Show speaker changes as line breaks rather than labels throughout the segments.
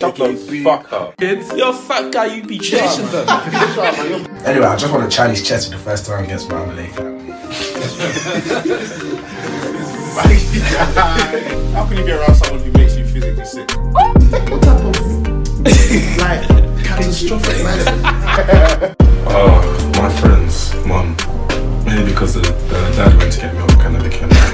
Shut the fuck up.
Kids,
You're a fat guy, you be chasing them.
Anyway, I just want to Chinese chess for the first time against my Malay
How can you be around someone who makes you physically sick?
What type of like catastrophic man?
Uh, my friend's mum, mainly because the, the dad went to get milk and then they came back.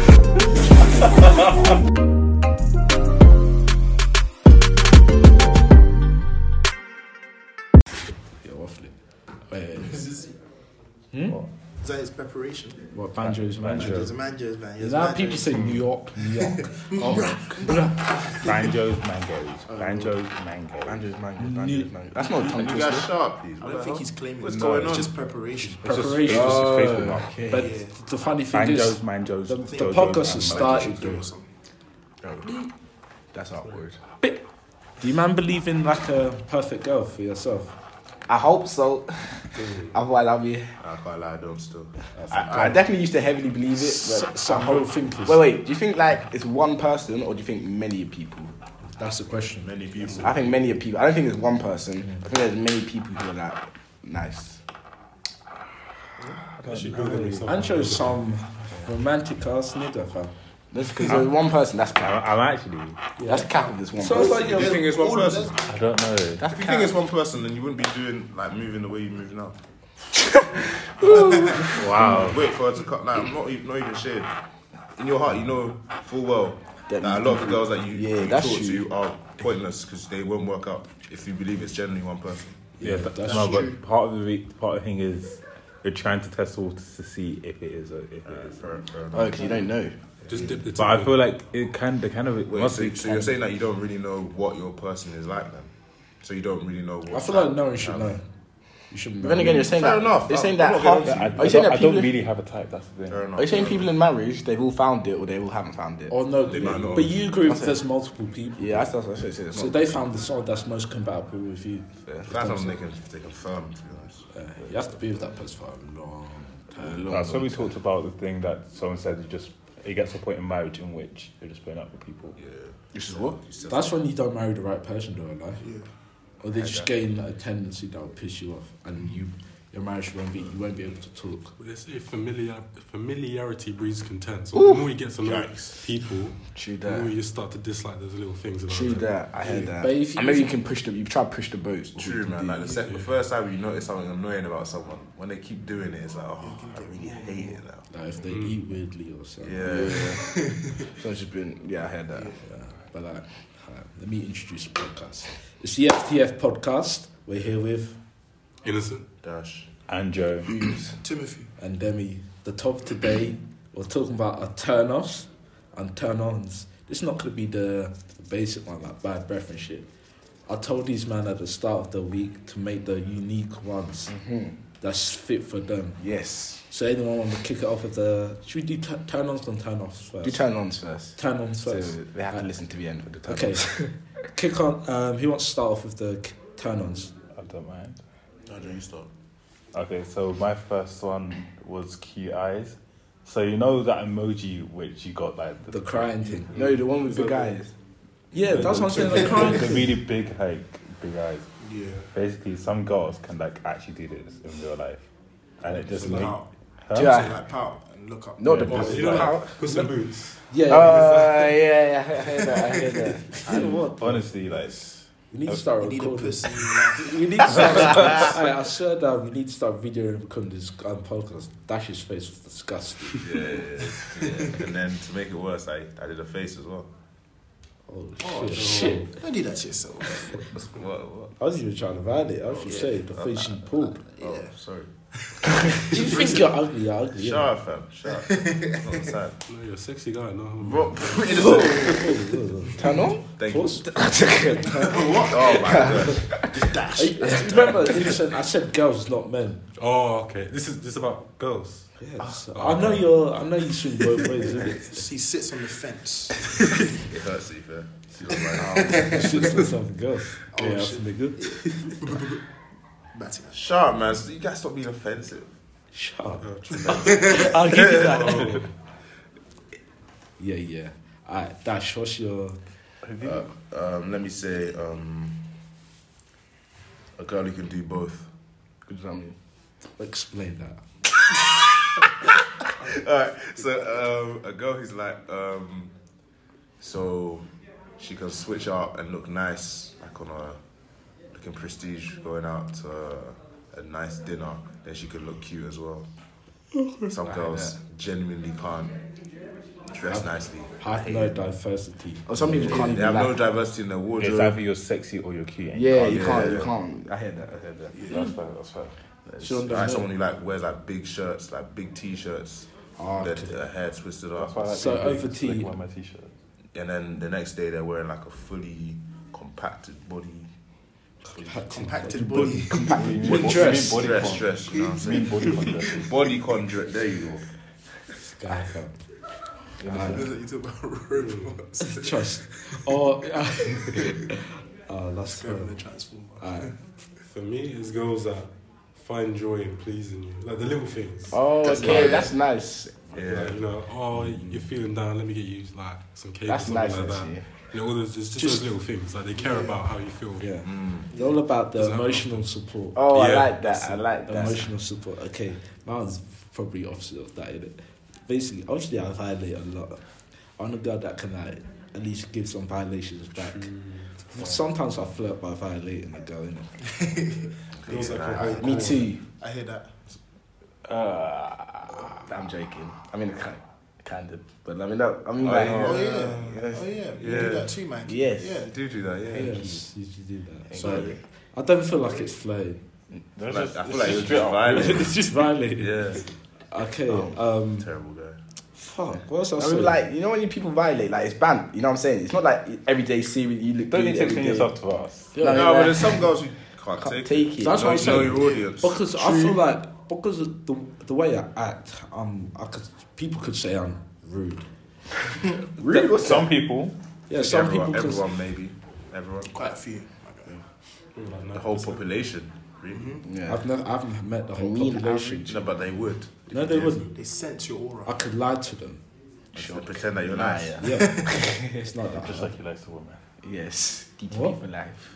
you're waffling. Wait,
Is that his preparation?
what banjos,
There's
banjos?
a managers, man. There's
Now
managers.
people say New York, New York. oh,
Banjos, mangoes. Banjos, mangoes.
Banjo's mango, banjo's mango. That's not a tongue
You
twister.
guys shut up, please.
I don't think he's claiming
What's
it.
going
It's
on?
just preparation.
preparation.
It's just his Facebook mark.
But the funny thing
Banjos,
is,
mangoes.
the,
jojo,
the podcast has
mangoes.
started though.
That's awkward.
Do you man believe in like a perfect girl for yourself?
I hope so. Otherwise, I'll be.
I can't lie, I don't still.
I, I definitely used to heavily believe it. But
So-
I
Some
hope-
whole thinkers.
Wait, wait. Do you think like it's one person or do you think many people?
That's the question.
Many people.
I think many people. I don't think it's one person. I think there's many people who are like nice.
Ancho is some romantic ass nigga, fam.
That's because there's one person. That's cap.
I'm actually.
That's cap of this one.
Sounds
person.
like
If you
you're
think it's one person,
I don't know.
That's
if you
cap.
think it's one person, then you wouldn't be doing like moving the way you move now.
Wow.
Wait for her to cut. Like, I'm not even, not even shade. In your heart, you know full well that,
That
a lot of the girls that you,
Yeah,
you talk
that's true.
to are pointless because they won't work out if you believe it's generally one person.
Yeah, but that's no, but part of the re- part of the thing is you're trying to test waters to see if it is. A, if it is.
Fair, fair enough.
Oh, 'cause you don't know.
Just dip the
But I feel like it kind, the kind of it
Wait,
must
so,
be.
so you're saying that you don't really know what your person is like then? So you don't really know what.
I feel like no one should know. You shouldn't
But
know.
then again, you're saying
Fair
that.
enough.
You're saying
I'm- I'm
that.
not
Half,
gonna
I, I,
are you saying
don't, I
that people?
don't really have a type. That's the
Fair
thing.
enough.
Are you saying people in marriage they've all found it or they all haven't found it?
Or no,
might not.
but you agree with there's multiple people.
Yeah, that's that's what I said.
So they found the soul that's most compatible with you.
That's something they can, they can firm, to be honest.
Uh, you have to be with that person for a long time.
Uh, so we talked about the thing that someone said. You just it gets to a point in marriage in which you're just putting up with people.
Which is what?
That's when you don't marry the right person, though, in life. Or they just gain a tendency that will piss you off, and you your marriage won't be you won't be able to talk.
Well, they say familiar, familiarity breeds contempt. So the more you get to know people,
True
the more
that.
you start to dislike those little things about
True
them.
that. I heard that.
But if you-
I know you can push them. You try to push the boat.
True, man. Like the, sec- the first time you notice something annoying about someone, when they keep doing it, it's like, oh, I really hate it now.
Like if they eat weirdly or something.
Yeah.
So it's just been. Yeah, I heard that.
Yeah. But like, uh, let me introduce the podcast. It's the FTF podcast. We're here with
Innocent.
Dash.
And Joe,
Timothy.
and Demi. The top today, we're talking about our turn offs and turn ons. This is not going to be the basic one, like bad breath and shit. I told these men at the start of the week to make the unique ones
Mm-hmm.
that's fit for them.
Yes.
So, anyone want to kick it off with the. Should we do t- turn ons and turn offs first?
Do turn ons first.
turn ons
So
first.
they have to listen to the end for the turn.
okay. kick on. Um, who wants to start off with the k- turn ons?
I don't mind.
No, don't you stop.
Okay, so my first one was cute eyes. So you know that emoji which you got like
The crying thing.
No, the one with the guys.
Yeah,
the-
that's what I'm saying.
the-
The crying
the
thing.
really big like big eyes. Yeah. Basically, some girls can like actually do this in real life, and it just
So
make.
now-
Huh?
Yeah.
So like pout and look up.
Not the
Oh,
pussy.
you know
Oh
how? Puss in Boots.
Yeah.
yeah, Oh, yeah, I heard that. I heard that.
You know what?
Honestly, like
We need to start
You need a
recording.
pussy.
We need to start. I, I swear that we need to start videoing recording this um, podcast. Dash's face was disgusting.
Yeah, yeah, yeah. And then to make it worse, I, I did a face as well.
Oh,
Oh,
shit. shit.
Don't do that to yourself.
What? What?
I was even trying to hide it. I was just saying the face she pulled.
Oh, sorry.
You think you're ugly? You're ugly.
Shut up, fam. Shut up. It's not sad.
No, you're a sexy guy. No, I'm-
Bro, innocent.
Turn on.
Thank you.
Pause.
Oh my gosh.
Remember, innocent, I said girls, not men.
Oh, okay. This is this is about girls.
Yes. I know you're. I know you swing both ways, isn't it?
He sits on the fence.
It hurts, to be fair. You know, like, oh.
Shit, that's something girls.
Oh,
yeah,
shit.
nigga.
Back to that.
Shut up, man. So you guys stop being offensive.
Shut up.
I'll give you that.
Oh. Yeah, yeah. Alright, Dash, what's your
Have you?
Uh, um, let me say, um, a girl who can do both.
What does that mean?
Explain that.
Alright, so um, a girl who's like, um, so she can switch up and look nice, like on a looking prestige, going out to a, a nice dinner. Then she can look cute as well. Some girls genuinely can't dress nicely.
Have no diversity.
Oh, some people can't
They
even
have
laugh.
no diversity in their wardrobe.
It's either you're sexy or you're cute. ain't it?
yeah, you
yeah,
can't.
yeah.
You can't. I hear that. I hear that.
That's fair. That's fair.
Sean
like
doesn't-
someone who like wears like big shirts, like big t-shirts,
Ah,
their,
okay.
their hair twisted
That's why I
up,
like
So
being big,
over
so they
tea.
can wear my t-shirt.
and then the next day they're wearing like a fully compacted body.
Compacted body.
What do you mean? What do you
dress?
mean body
dress,
con?
dress, you know what I'm
You mean body con
saying?
dress?
Body con dress. There you go.
This guy, fam.
you talk about robots.
Trust. Or uh, oh, that's
Go and
good.
then transform.
Alright.
For me, it's girls that find joy in pleasing you, like the little things.
Oh,
That's
okay,
nice.
that's nice.
Yeah.
Like, you know, oh, you're feeling down. Let me get you like some cake
That's
or something
nice,
like that.
actually.
You know, all those just, just,
Just-
those little things. Like they care about how you feel.
Yeah. It's all about the
Doesn't have
emotional support.
Oh, I
Yeah.
like that. I like
The
that.
emotional support. Okay, mine's probably opposite of that, innit? Basically, obviously, I violate a lot. I'm a girl that can, like, at least give some violations back.
Mm.
Sometimes I flirt by violating a girl, innit?
Girls that can
Yeah,
hold
Me
court.
too.
I hear that.
Uh, I'm joking. I mean, kind, kind of, but I mean, that, I mean, like,
Oh yeah.
yes.
Oh yeah. You do that too, man.
Yes.
Yeah.
I do do that. Yeah.
Yes, you should do that.
Thank
So,
you.
I don't feel like it's flirting.
That's
Like,
just-
I
it's
feel like
just
it's
straight
just
up.
violent.
it's just violating.
yeah.
Okay,
Oh.
um,
Terrible guy.
fuck, what else I
I mean,
saying?
like, you know when you people violate, like, it's banned. You know what I'm saying? It's not like everyday series. You look
Don't
good
need to
every
explain
day.
yourself to us.
Yeah.
No,
No, but
like-
there's some girls who can't,
Can't
take it.
take it.
That's what I'm
know
saying.
your audience.
Because I feel like because of the the way I act, um, I could people could say I'm rude.
Really? What's
Some people.
Yeah, some
everyone,
people could.
everyone maybe, everyone,
Quite a few. my guy.
Like, no,
the whole population. Really?
Yeah.
I've never, I haven't met the whole
Mean
population.
No, but they would.
No, they wouldn't.
They sense your aura.
I could lie to them.
They pretend that you're nice.
yeah.
Yeah, it's not that.
Just
Hard.
like you like to women.
Yes. DTP
What?
for life.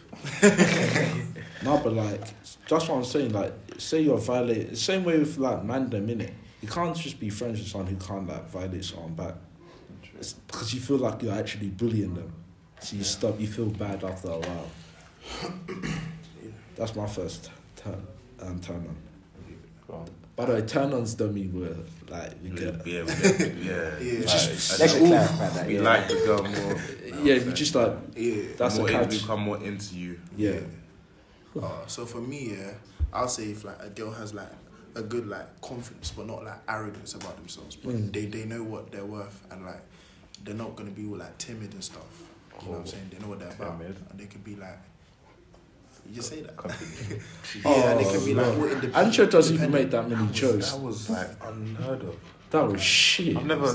No, but like that's what I'm saying. Like, say you're violating. Same way with like mandem innit? You can't just be friends with someone who can't like violate someone back. It's because you feel like you're actually bullying them, so you stop. You feel bad after a while. That's my first turn um, turn on.
Go on.
By the way, turn ons don't mean we're like we
Yeah,
get.
yeah, we- yeah.
Yeah.
Like,
Let's
I-
clarify that.
we
Yeah.
like the girl more.
Yeah, we just like
Yeah.
that's
more
a
in,
catch.
become more into you.
Yeah,
Uh, so for me, yeah, I'll say if like a girl has like a good like confidence, but not like arrogance about themselves, but they they know what they're worth and like they're not gonna be all like timid and stuff. You know
Oh,
what I'm saying? They know what they're about,
Timid.
and they could be like. You just say that.
Continue.
yeah, and they can be like more independent.
Ancho doesn't even make that many jokes.
That was like unheard of.
That was shit.
I've never.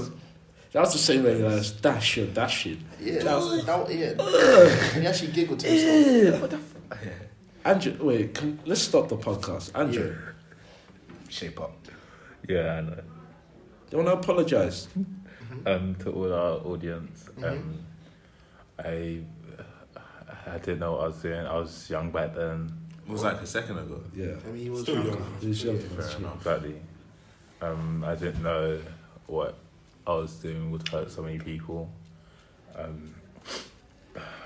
That's the same way as dash your dashing.
Yeah, that was, that was, yeah. and he actually giggled to himself.
Andrew, wait, can, let's stop the podcast. Andrew,
Shape up.
Yeah, I know.
you want to apologize?
um, to all our audience. Um, I I didn't know what I was doing. I was young back then,
It was like a second ago.
Yeah.
I mean, he was
Still
drunk.
young.
It was your-
exactly. Um, I didn't know what I was doing would hurt so many people. Um,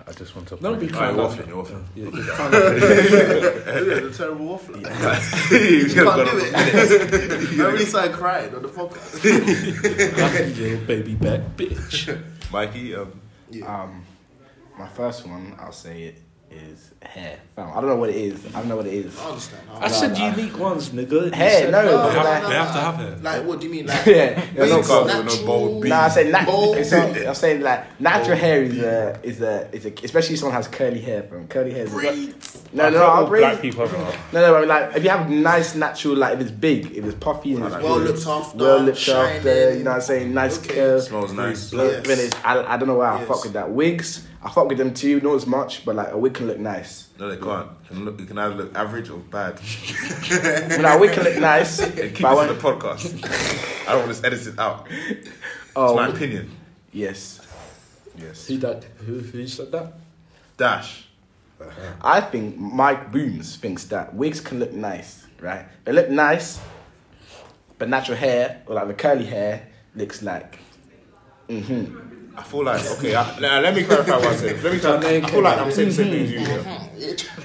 I just want to.
Don't be
apologize.
No,
kind
you're
of.
off it, you're off it.
Yeah, you can't laugh.
Yeah, the terrible waffle.
You
You
got
can't
it.
do it. I really started crying on the podcast.
Laugh, you little baby back bitch.
Mikey, um,
Um, my first one, I'll say it is hair. Fam, I don't know what it is. I don't know what it is.
I understand.
I said unique ones, nigga. You
Hey,
said
Oh, no,
They have,
Oh, Like-
they have to have it.
Like, what do you mean? Like,
yeah, yeah, no,
Wait,
come.
with no
natural-
bold
Nah, I say
Bold
natural. I'm saying,
beat.
I'm saying like natural hair is a is a is a especially if someone has curly hair. From curly hair. is a- No, no,
All
I'll braid.
black people. Are,
No, no, I mean like if you have nice natural, like if it's big, if it's puffy and it's
well
big,
looked after,
well looked
shining,
after. You know what I'm saying? Nice
Okay.
curls.
smells nice.
Look,
Yes.
when it's- I, I don't know why I
Yes.
fuck with that. Wigs, I fuck with them too, not as much, but like a wig can look nice.
No, they can't. You can, look, you can either look average or bad.
I mean, a wig can look nice,
And
but
keep
I
it in
want,
the podcast. I don't want this edited out. It's
Oh.
my opinion.
yes.
Yes.
Who that? Who who said that?
Dash.
I think Mike Booms thinks that wigs can look nice, right? They look nice, but natural hair or like the curly hair looks like
I feel like okay. I, now let me clarify one thing. Let me clarify. I feel like I'm saying the same thing as you. here.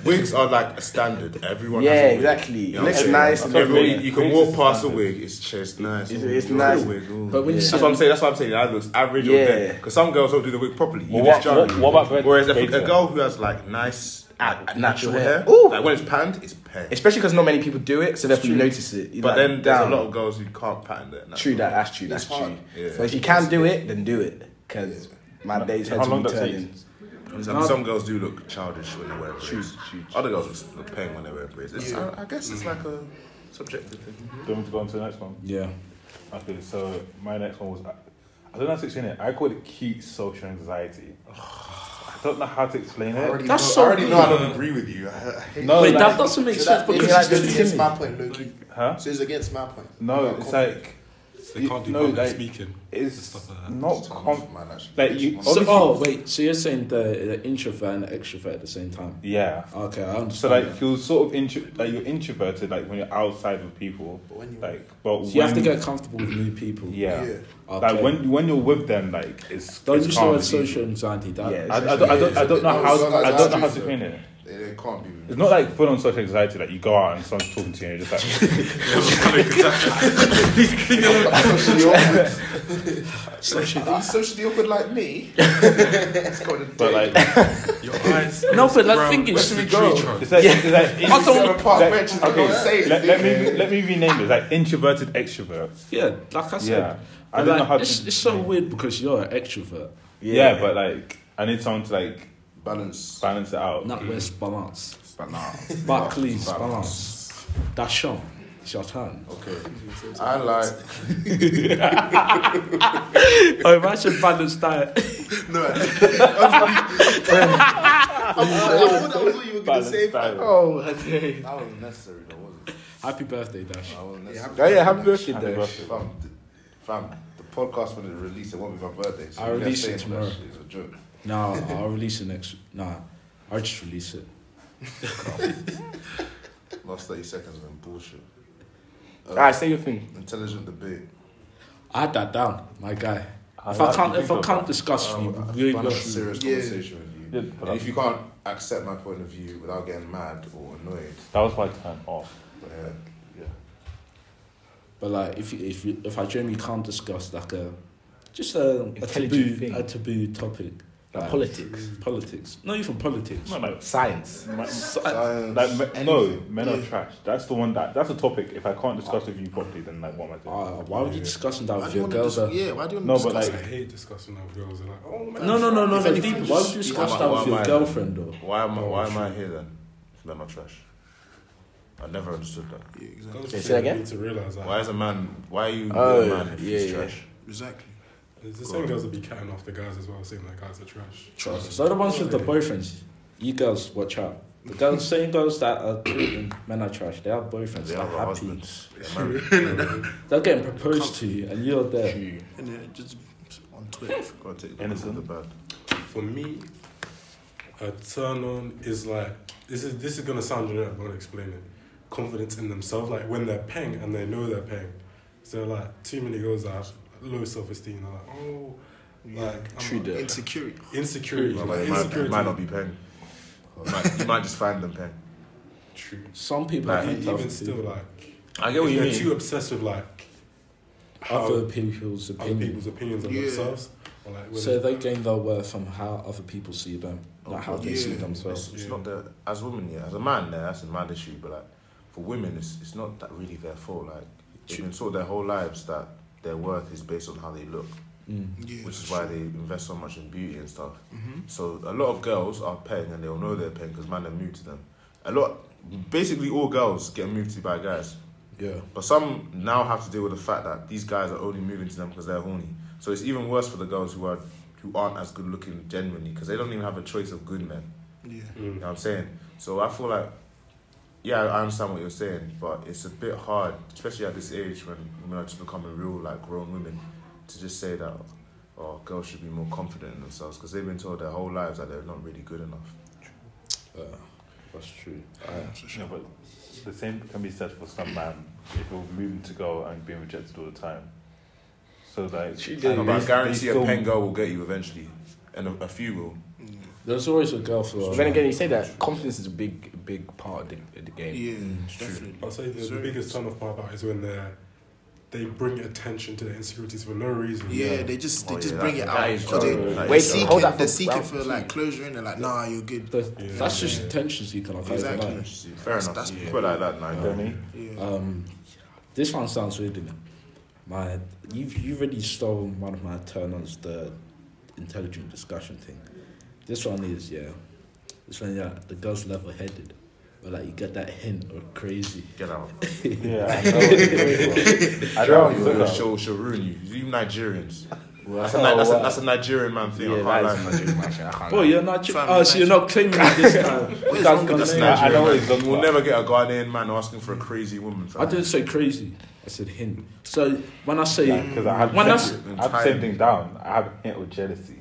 Wigs are like a standard. Everyone.
Yeah,
has a wig.
exactly.
You know what
Looks
I'm saying?
nice and
Everyone,
everything.
you can walk past a wig. It's just nice.
It's-
Oh,
it's
look at the
nice.
wig, oh.
But when you said
That's what I'm saying. That's what I'm saying. That looks average or
Yeah.
dead. Because some girls don't do the wig properly. You
Well,
just
what-
judge.
what- what about
Whereas if
braids
a girl who has like nice a- natural
ah, natural
hair,
hair. Ooh.
like when it's panned, it's panned.
especially because not many people do it, so therefore you notice it. You're
but
like,
then there's
damn.
a lot of girls who can't pattern their natural
True that. That's true. That's
It's hard.
true.
Yeah.
But if you can do it, then do it. Because my days heads
How long
will be
does it take?
turning.
It's like some girls do look childish when they wear braids. Other girls look paying when they wear braids. It's, I, I guess it's like a subjective thing.
Do you want me to go on to the next one?
yeah,
Okay, so my next one was I don't know how to explain it. I call it cute social anxiety. I don't know how to explain it.
that's
know,
so
I already
weird.
know I don't agree with you. I, I hate
No,
Wait,
Oh, like,
that doesn't make
so
sense
that,
because
it's
like
like
the
against
thing.
my point, Loki.
huh?
So it's against my point.
No, it's like
They can't do
No,
public
like-
speaking.
it's
Stuff like that.
not com-
Man, actually.
like you.
So,
obviously-
oh wait, so you're saying the, the introvert and the extrovert at the same time?
yeah.
Okay, I understand.
So like
that.
you're sort of intro- like you're introverted like when you're outside with people.
But when you-
like, but
So you have to
when-
get comfortable with new people.
yeah.
Yeah.
Okay.
Like when when you're with them, like it's
Don't
it's
use the
calm
word
and easy.
social anxiety. That
Yeah,
I, I, don't, I don't I don't know
Yeah,
how
it's
I don't know how to
social.
explain it.
They, they can't be.
It's not like full on social anxiety. Like you go out and someone's talking to you, and you're just like,
socially awkward. Are you socially awkward like me? It's got a
but
dick.
like
Your eyes.
No, but that
brown,
thing is-
west
should
of
we
tree
go?
trunk.
it's like, it's like
You sit on a park
like-
bench and Oh, you
okay,
don't say
let, let
anything.
me let me rename it. Like introverted extrovert.
yeah, like I said.
Yeah, I
but
don't know
like,
how to.
it's, it's so weird because you're an extrovert,
yeah, but like I need someone to like
balance.
balance it out.
not where's balance.
But nah.
Barclays balance. That's Sean. It's your turn.
Okay. I like.
oh, imagine balanced diet.
No, I, I, I thought that was what you were going to
Balance
say.
it out.
Oh, okay.
That wasn't necessary though, was it?
Happy birthday, Dash.
That wasn't
Yeah,
Oh
necessary.
yeah, happy birthday,
Happy
though.
birthday.
Fam, th- fam, the podcast when it's released, it won't be my birthday. So
I'll
you guys
release it
saying that
tomorrow.
shit is a joke.
No, I'll release it next. Nah, I'll just release it.
Last 30 seconds have been bullshit.
Alright, say your thing.
Intelligent debate.
I had that down, my guy.
I
if I
like Oh,
can't,
to
if I
think
can't
about-
discuss, you
I've
really
had
will.
a serious
Yeah.
conversation with you.
Yeah, but
and if you can't accept my point of view without getting mad or annoyed,
That was my time off.
yeah, yeah.
But like, if you- if you, if I genuinely can't discuss like a just a, a
Intelligent
taboo
thing.
a taboo topic, like
Politics.
politics, not even politics.
No, like,
Science. uh,
my-
Science,
like me- no,
anything.
men are trash. That's the one that that's a topic. If I can't discuss with you properly, then like what am I doing?
Uh, why would you discussing that
Why
with
do you
your
want to
girls?
dis-
though?
yeah, why do you
No,
want to
but
discuss
like-
I hate discussing that with girls. They're like, oh man.
No, no, no, no,
If
no.
anything,
deeper. Why would you
just-
discuss
why-
that
why
with
am
your
I-
girlfriend though?
Why am I, why am I here then? If men are trash. I never understood that.
Yeah, exactly.
Girls
Say
should
that again?
Need to realize that.
Why is a man? Why are you with
Oh,
a man if
yeah,
he's
yeah.
trash?
Exactly.
It's the same girls that be catting off the guys as well, saying that guys are trash.
So the ones with the boyfriends, you girls watch out. The girls, same girls that are treating men are trash. They have boyfriends.
They
They
have
are
a
happy.
husband. They're married.
They're getting proposed to, and you're there.
And then just on Twitter.
Go and take the
Innocent.
good with the bad.
For me, a turn on is like this is this is gonna sound generic, but I'll explain it. Confidence in themselves, like when they're paying and they know they're paying. So like too many girls that have low self esteem are like, oh, like I'm
True that.
Insecurity.
insecurity,
Well,
like,
like, it might, it
insecurity.
might not be paying. You might, you might just find them paying.
True.
Some people
Like,
are
And even
even
still, like
I
if you're too obsessed with like how
other
other,
people's opinion.
people's opinions of
Yeah.
themselves, or like whether-
So they gain their worth from how other people see them, not how they see
Yeah.
themselves.
It's, it's
Yeah.
not the as women, yeah. As a man, yeah, that's a mad issue. But like for women, it's it's not that really their fault. Like they've been taught their whole lives that their worth is based on how they look,
Yeah,
which is
that's
why
true. Mm-hmm.
they invest so much in beauty and stuff. So a lot of girls are paying, and they'll know they're paying because man, they're moved to them. A lot, basically, all girls get moved to by guys.
Yeah.
But some now have to deal with the fact that these guys are only moving to them because they're horny. So it's even worse for the girls who are who aren't as good looking genuinely because they don't even have a choice of good men.
Yeah.
Mm.
You know what I'm saying? So I feel like, yeah, I understand what you're saying, but it's a bit hard, especially at this age when women are just becoming real, like grown women, to just say that oh, girls should be more confident in themselves because they've been told their whole lives that they're not really good enough.
That's true.
No, but the same can be said for some man if you're moving to go and being rejected all the time. So like,
She
I
did.
know,
at
but I
least
guarantee
they
a
still-
pen girl will get you eventually, and a, a few will.
There's always a girl for.
But then again, you say that confidence is a big, big part of the, of the game.
Yeah,
Mm,
true.
definitely.
I'll say the, the
Sorry.
biggest turn off part about it is when they they bring attention to their insecurities for no reason.
Yeah, they just they
Oh,
just
yeah,
bring
that-
it
that
out
is
because
true.
they
That
they
is true.
seek
Hold that
it, they're
for-
seeking for
that-
like closure and they're like, nah, you're good.
um, The-
Yeah.
That's just attention seeking. I can't even
Exactly.
lie.
Fair enough.
that's-
people like that now.
don't need-
Yeah.
Um, this one sounds weird, innit? My, you've you've already stolen one of my turn-ons, the intelligent discussion thing. This one is yeah, this one yeah, the girl's level-headed, but like you get that hint of crazy.
Get out.
Yeah, I know. I know.
She'll,
Look
she'll,
at-
she'll, ruin you. You Nigerians. That's, a,
Oh,
Ni- that's, a,
wow.
that's a Nigerian man thing.
Yeah,
I
that is
can't lie.
Nigerian, actually, I can't
Boy,
lie.
you're not.
Fam,
oh, so you're not claiming me this time.
What is
That's
wrong with
gonna
this
be-
Nigerian? I know what he's
man.
done.
We'll never get a Ghanaian man asking for a crazy woman. fam.
I didn't say crazy. I said hint. So when I say
Because I have
when I
I've
s-
same thing down. I have a hint of jealousy.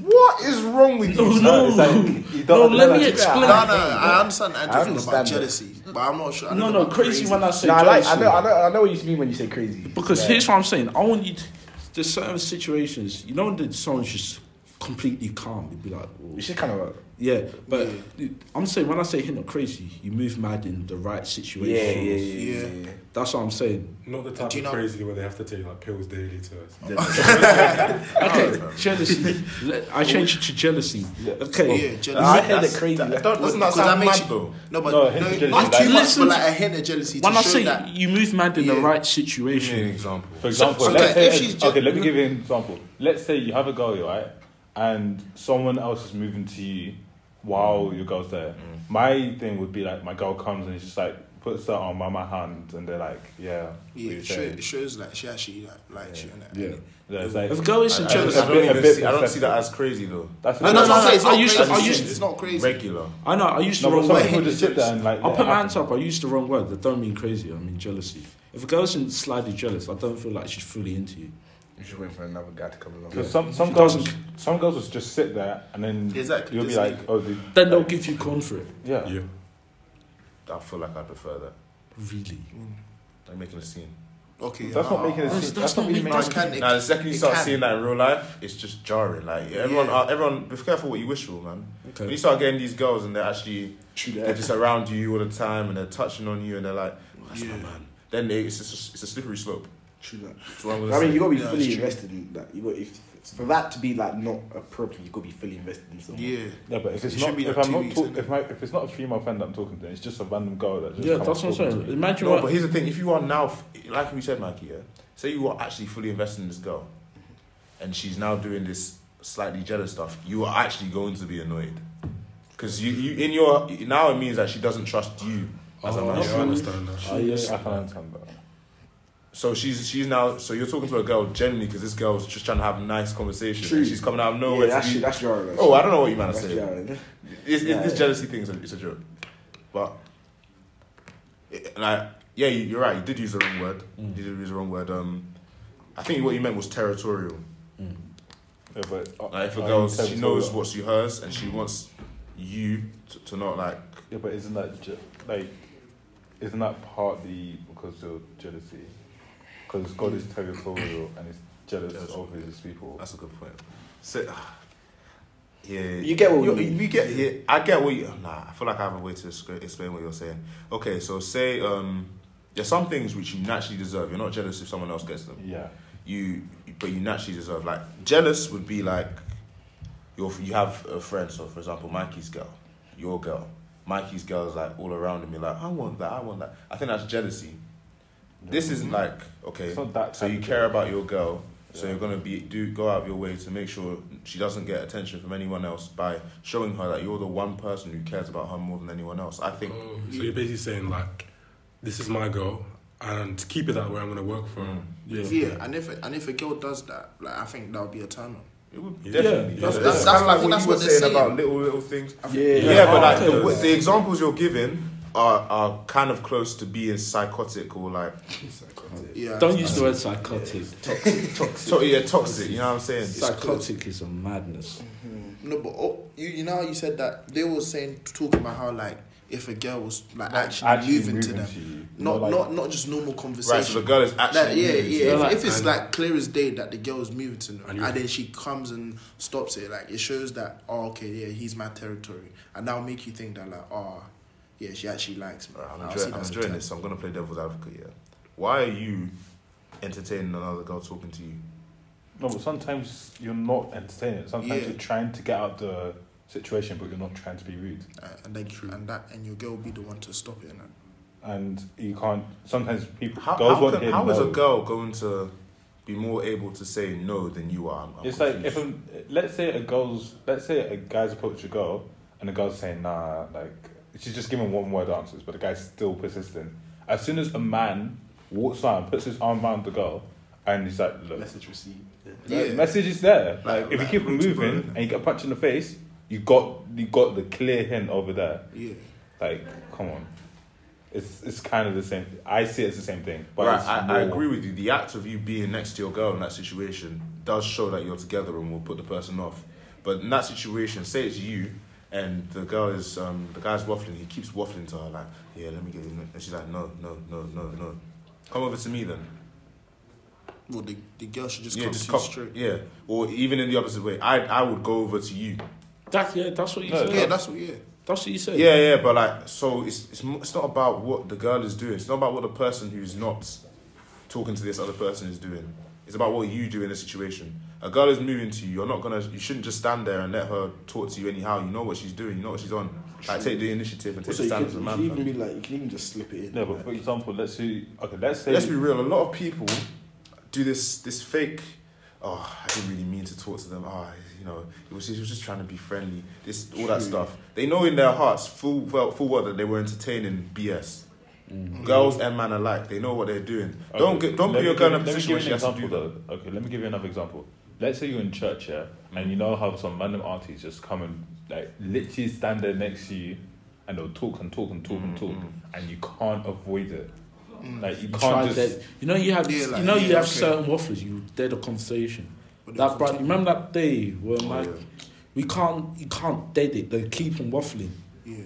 What is wrong with you?
No,
it's like, you
no,
don't
let me
like-
No,
explain.
no, I understand. I
I
just know about
understand it.
jealousy, but I'm not sure. I don't
No,
know
no,
about
crazy when I say
No, I like. I
jealousy.
know. I know. I know what you mean when you say crazy.
Because
Yeah.
here's what I'm saying. I want you. To, there's certain situations. You know when the- someone's just completely calm. You'd be like, well,
you should kind of.
yeah. But I'm saying when I say hint of crazy, you move mad in the right situation.
yeah,
That's what I'm saying.
Not the type
Do you
of
know-
crazy where they have to take like pills daily to us.
Okay, jealousy. Let- I change it to jealousy. Okay.
Yeah,
I
jealousy.
heard it crazy.
That,
like-
don't, doesn't that
Because that
sound
makes
mad
you-
though?
No, but
No,
no,
hint of
no,
jealousy,
not
like-
too much,
Listen
but like a hint of jealousy to
When I
show
say
that.
you move mad in the
Yeah.
right
Give me an
situation,
example.
For example,
so-
let's
okay, if
say,
she's
okay,
ge-
let me give you an example. Let's say you have a girl, right, and someone else is moving to you while your girl's there. My thing would be like, my girl comes and it's just like puts her arm on my hand, and they're like,
Yeah,
yeah, what you
it show-
saying?
it shows like she actually like likes you and that.
yeah.
Yeah, it's like,
If girl is
I, I,
jealous,
I don't,
A
even
bit
see, I don't see
obsessive.
that as crazy though.
that's
No,
the
no,
thing.
no, no. It's
I
not
used to- I
crazy.
used to-
It's not crazy.
Regular.
I know. I used the
No, but
wrong
some
word.
people just sit there and like.
I'll put
yeah,
my hands up. I used the wrong word. I don't mean crazy. I mean jealousy. If a girl isn't slightly jealous, I don't feel like she's fully into you.
You should wait for another guy to come along.
Because some some girls some girls will just sit there and then
Exactly,
you'll be
just-
like, oh, they,
Then they'll give you corn for it.
yeah.
Yeah.
I feel like I prefer that.
Really?
Like making a scene.
Okay,
That's not
uh,
making a
That's- that's
scene. That's
not
not really
making-
making.
It can, it,
now the second you
it
start
can.
seeing that in real life, it's just jarring. Like everyone,
Yeah.
uh, everyone, be careful what you wish for, man. When you
Okay.
start getting these girls and they're actually
True
they're
that.
just around you all the time and they're touching on you and they're like, oh, that's my
Yeah.
man. Then they, it's, a, it's a slippery slope.
True that.
That's what I'm gonna
I mean,
say.
you gotta be
Yeah,
fully
it's true.
invested in that. You got if for that to be like not appropriate, you gotta be fully invested in someone.
Yeah.
Yeah, but if it's
It
not,
should be
if
like two
I'm not,
weeks,
talk,
isn't it?
if, my, if it's not a female friend that I'm talking to, it's just a random girl that just.
Yeah,
come
that's what I'm
up talking
saying.
to me.
Imagine
no, but
what.
here's the thing: if you are now, f- like we said, Mikey, yeah, say you are actually fully invested in this girl, and she's now doing this slightly jealous stuff, you are actually going to be annoyed because you, you in your now it means that she doesn't trust you as a
Oh,
man.
Yeah, I understand that.
Oh, yeah, I can understand that.
So she's she's now so you're talking to a girl generally because this girl's just trying to have a nice conversation.
True.
And she's coming out
Yeah,
of nowhere. to
that's
be-
that's your.
oh, I don't know what you man are
That's
saying.
your.
It's, it's,
Yeah,
this
yeah.
jealousy thing is a, it's a joke, but it- like yeah, you, you're right. You did use the wrong word.
Mm.
You did use the wrong word. Um, I think what you meant was territorial.
Yeah, but uh,
Like if
Oh,
a
I
girl
mean,
she knows
territorial.
what's you hers and she wants you to, to not like
Yeah, but isn't that ju- like, isn't that partly because of jealousy? Because God is territorial and is jealous of his people.
That's a good point. So, yeah,
You get what we
you,
mean.
you get. Yeah, I get what you. Nah, I feel like I have a way to sc- explain what you're saying. Okay, so say um, there's some things which you naturally deserve. You're not jealous if someone else gets them.
Yeah,
You, but you naturally deserve. Like jealous would be like, you you have a friend. So for example, Mikey's girl, your girl, Mikey's girl's like all around him. You're like, I want that. I want that. I think that's jealousy. This isn't like okay.
Mm-hmm. it's not that.
So
type
you
of
care
jealousy.
about your girl, so
Yeah.
you're gonna be do go out of your way to make sure she doesn't get attention from anyone else by showing her that you're the one person who cares about her more than anyone else. I think
Oh, so you're basically saying like, this is my goal, and to keep it that way, I'm gonna work for it.
Yeah. and if and if a girl does that, like I think that would be a turn on.
it would
Yeah.
definitely.
Yeah.
That's,
Yeah.
that's,
That's-
kind of like
that's
what you
what
were
they're
saying
saying.
about little little things.
Yeah.
Yeah, but like the, the examples you're giving are are kind of close to being psychotic or like
Yeah.
Don't use the word psychotic.
to- yeah toxic. You know what I'm saying?
Psychotic is a madness.
No, but oh, you you know how you said that they were saying talking about how like if a girl was like actually,
actually
moving, to
moving
them,
to you,
not
not like-
not not just normal conversation.
Right, so the girl is actually
Like, yeah,
moving to
yeah.
you.
If,
like-
if it's like clear as day that the girl is moving to them,
And
and,
you-
then she comes and stops it, like it shows that oh okay yeah he's my territory, and that'll make you think that like oh yeah she actually likes me.
Right, I'm,
I'll
enjoy-
see
I'm
that's
enjoying
the
this, so I'm gonna play devil's advocate. Yeah, why are you entertaining another girl talking to you?
No, but sometimes you're not entertaining. Sometimes
Yeah.
you're trying to get out the situation, but you're not trying to be rude.
time. Uh, and then and that and your girl will be the one to stop it. innit?
And you can't. Sometimes people
How,
girls
how,
won't
can,
hear
how is a
no.
girl going to be more able to say no than you are? I'm, I'm
It's like if
confused.
a, let's say a girl's let's say a guy's approach a girl and the girl's saying nah like she's just giving one word answers but the guy's still persistent. As soon as a man walks around, puts his arm around the girl, and he's like, look,
Message received.
the
Yeah.
message is there. Like,
Like-
if
like
you keep
roots, bro,
moving
innit?
and you get punched in the face, you got you got the clear hint over there.
Yeah.
Like, come on. It's it's kind of the same. I see it as the same thing. But
right,
it's
I, I
more-
agree with you. The act of you being next to your girl in that situation does show that you're together and will put the person off. But in that situation, say it's you and the girl is um, the guy's waffling. He keeps waffling to her like, "Yeah, let me get in," and she's like, "No, no, no, no, no." Come over to me then.
Well, the, the girl should just
yeah,
come
just
to
come.
you straight.
Yeah, or even in the opposite way, I I would go over to you.
That yeah, that's what you
No,
said.
Yeah, that's what. Oh, Yeah.
that's what you said.
Yeah, yeah, but like, so it's it's mo- it's not about what the girl is doing. It's not about what the person who's not talking to this other person is doing. It's about what you do in the situation. A girl is moving to you. You're not gonna. You shouldn't just stand there and let her talk to you anyhow. You know what she's doing. You know what she's on. Like, take the initiative and take
Also,
the
you
stand
could,
as a
you
man.
could even
fam.
be like, you can even just slip it in.
No, but for example, let's see. Okay, let's say.
Let's be real. A lot of people do this this fake. Oh, I didn't really mean to talk to them. Oh, you know, it was, it was just trying to be friendly. This all that stuff. They know in their hearts full well full well that they were entertaining BS. Girls and men alike, they know what they're doing.
Mm-hmm. Okay,
Don't get, don't
let
put
me
your
give-
girl in a
let me
position
give
where she
you an
has to do
example,
that.
though. Okay, let me give you another example. Let's say you're in church, yeah, and you know how some random aunties just come and like literally stand there next to you, and they'll talk and talk and talk and talk,
Mm-hmm.
and you can't avoid it. Like you
Try
can't just.
that. You know you have
Yeah, like,
you know you
yeah,
have
okay.
certain waffles. You did a conversation.
But
That
they-
bro, you remember that day where
Oh,
like
yeah.
we can't you can't date it. They keep on waffling.
Yeah.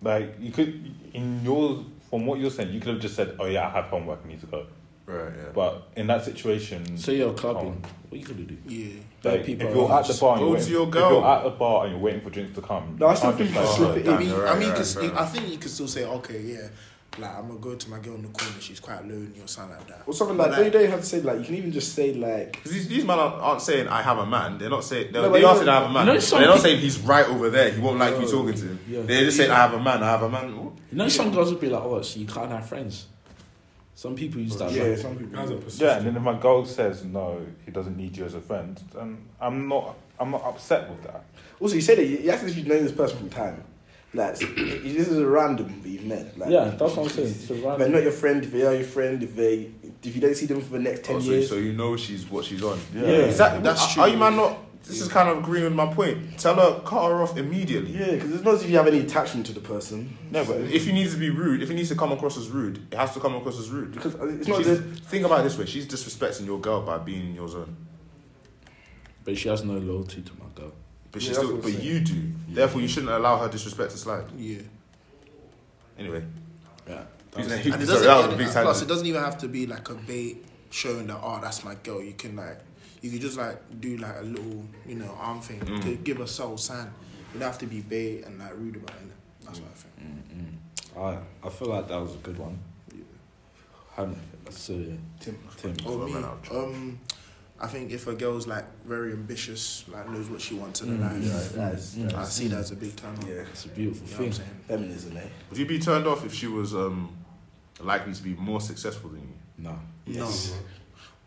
Like you could, in your from what you're saying, you could have just said, "Oh yeah, I have homework, I need to go."
Right, yeah.
But in that situation,
So you're clubbing. What you gonna do?
Yeah.
There are
like, if
people
you're
around.
at the bar, and
Go
you're
to
waiting-
your
if
girl.
you're at the bar and you're waiting for drinks to come.
No, I still
can't
think
just
you
like,
should slip
"Oh,
it
I
in.
mean,
Right,
I mean,
right,
'cause
fair
you- I
enough.
think you could still say, okay, yeah, like I'm gonna go to my girl in the corner. She's quite lonely or something like that.
Or something
But
like, that. you don't have to say, like, you can even just say, like,
Because these, these men aren't, aren't saying I have a man. They're not saying they're,
No, but
they
you
are
know-
saying I have a man.
you know
but
some
they're not
peop-
saying he's right over there. He won't like you talking to him.
yeah.
They're just saying I have a man. I have a man.
You know some girls would be like, oh, so you can't have friends. Some people use that.
yeah,
like,
some people.
Mm. Guys are
Yeah, and
persistent.
then if my girl says no, he doesn't need you as a friend, then I'm not I'm not upset with that.
Also, you say that you, you asked if you've known this person from time. Like, it's- it- this is a random that you've met. Like,
yeah, that's what I'm saying. So
If
right
they're not your friend, if they are your friend, if they if you don't see them for the next ten
Oh, so,
years,
so you know she's what she's on.
Yeah.
Exactly.
That's
That's Are
true.
you man not? This is kind of agreeing with my point. Tell her, cut her off immediately.
yeah, because it's not as if you have any attachment to the person.
No, but if you need to be rude, if it needs to come across as rude, it has to come across as rude.
Because uh, it's not
She's-
as if
think about it this way: she's disrespecting your girl by being in your zone,
But she has no loyalty to my girl.
but
Yeah,
she
that's
still,
what I'm
but
saying.
you do. Therefore, you shouldn't allow her disrespect to slide.
Yeah,
Anyway,
Yeah.
who's next?
and it
sorry,
doesn't.
that was a
and
big
plus, it
tangent.
doesn't even have to be like a bait showing that oh, that's my girl. You can like, you could just like do like a little, you know, arm thing
Mm.
to give a subtle sign. You don't have to be bait and like rude about it. That's what I think.
I Mm-hmm. I feel like that was a good one. Hannah, so yeah. Tim. Tim.
Or
Mm. Well,
Oh, me,
man, I'll try.
um, I think if a girl's like very ambitious, like knows what she wants in her
Mm.
life,
that's,
Mm-hmm.
that's,
I see that as a big turn on.
yeah,
It's a beautiful
You know what
thing.
I'm saying?
feminism, eh?
Would you be turned off if she was um, likely to be more successful than you?
No.
No.
so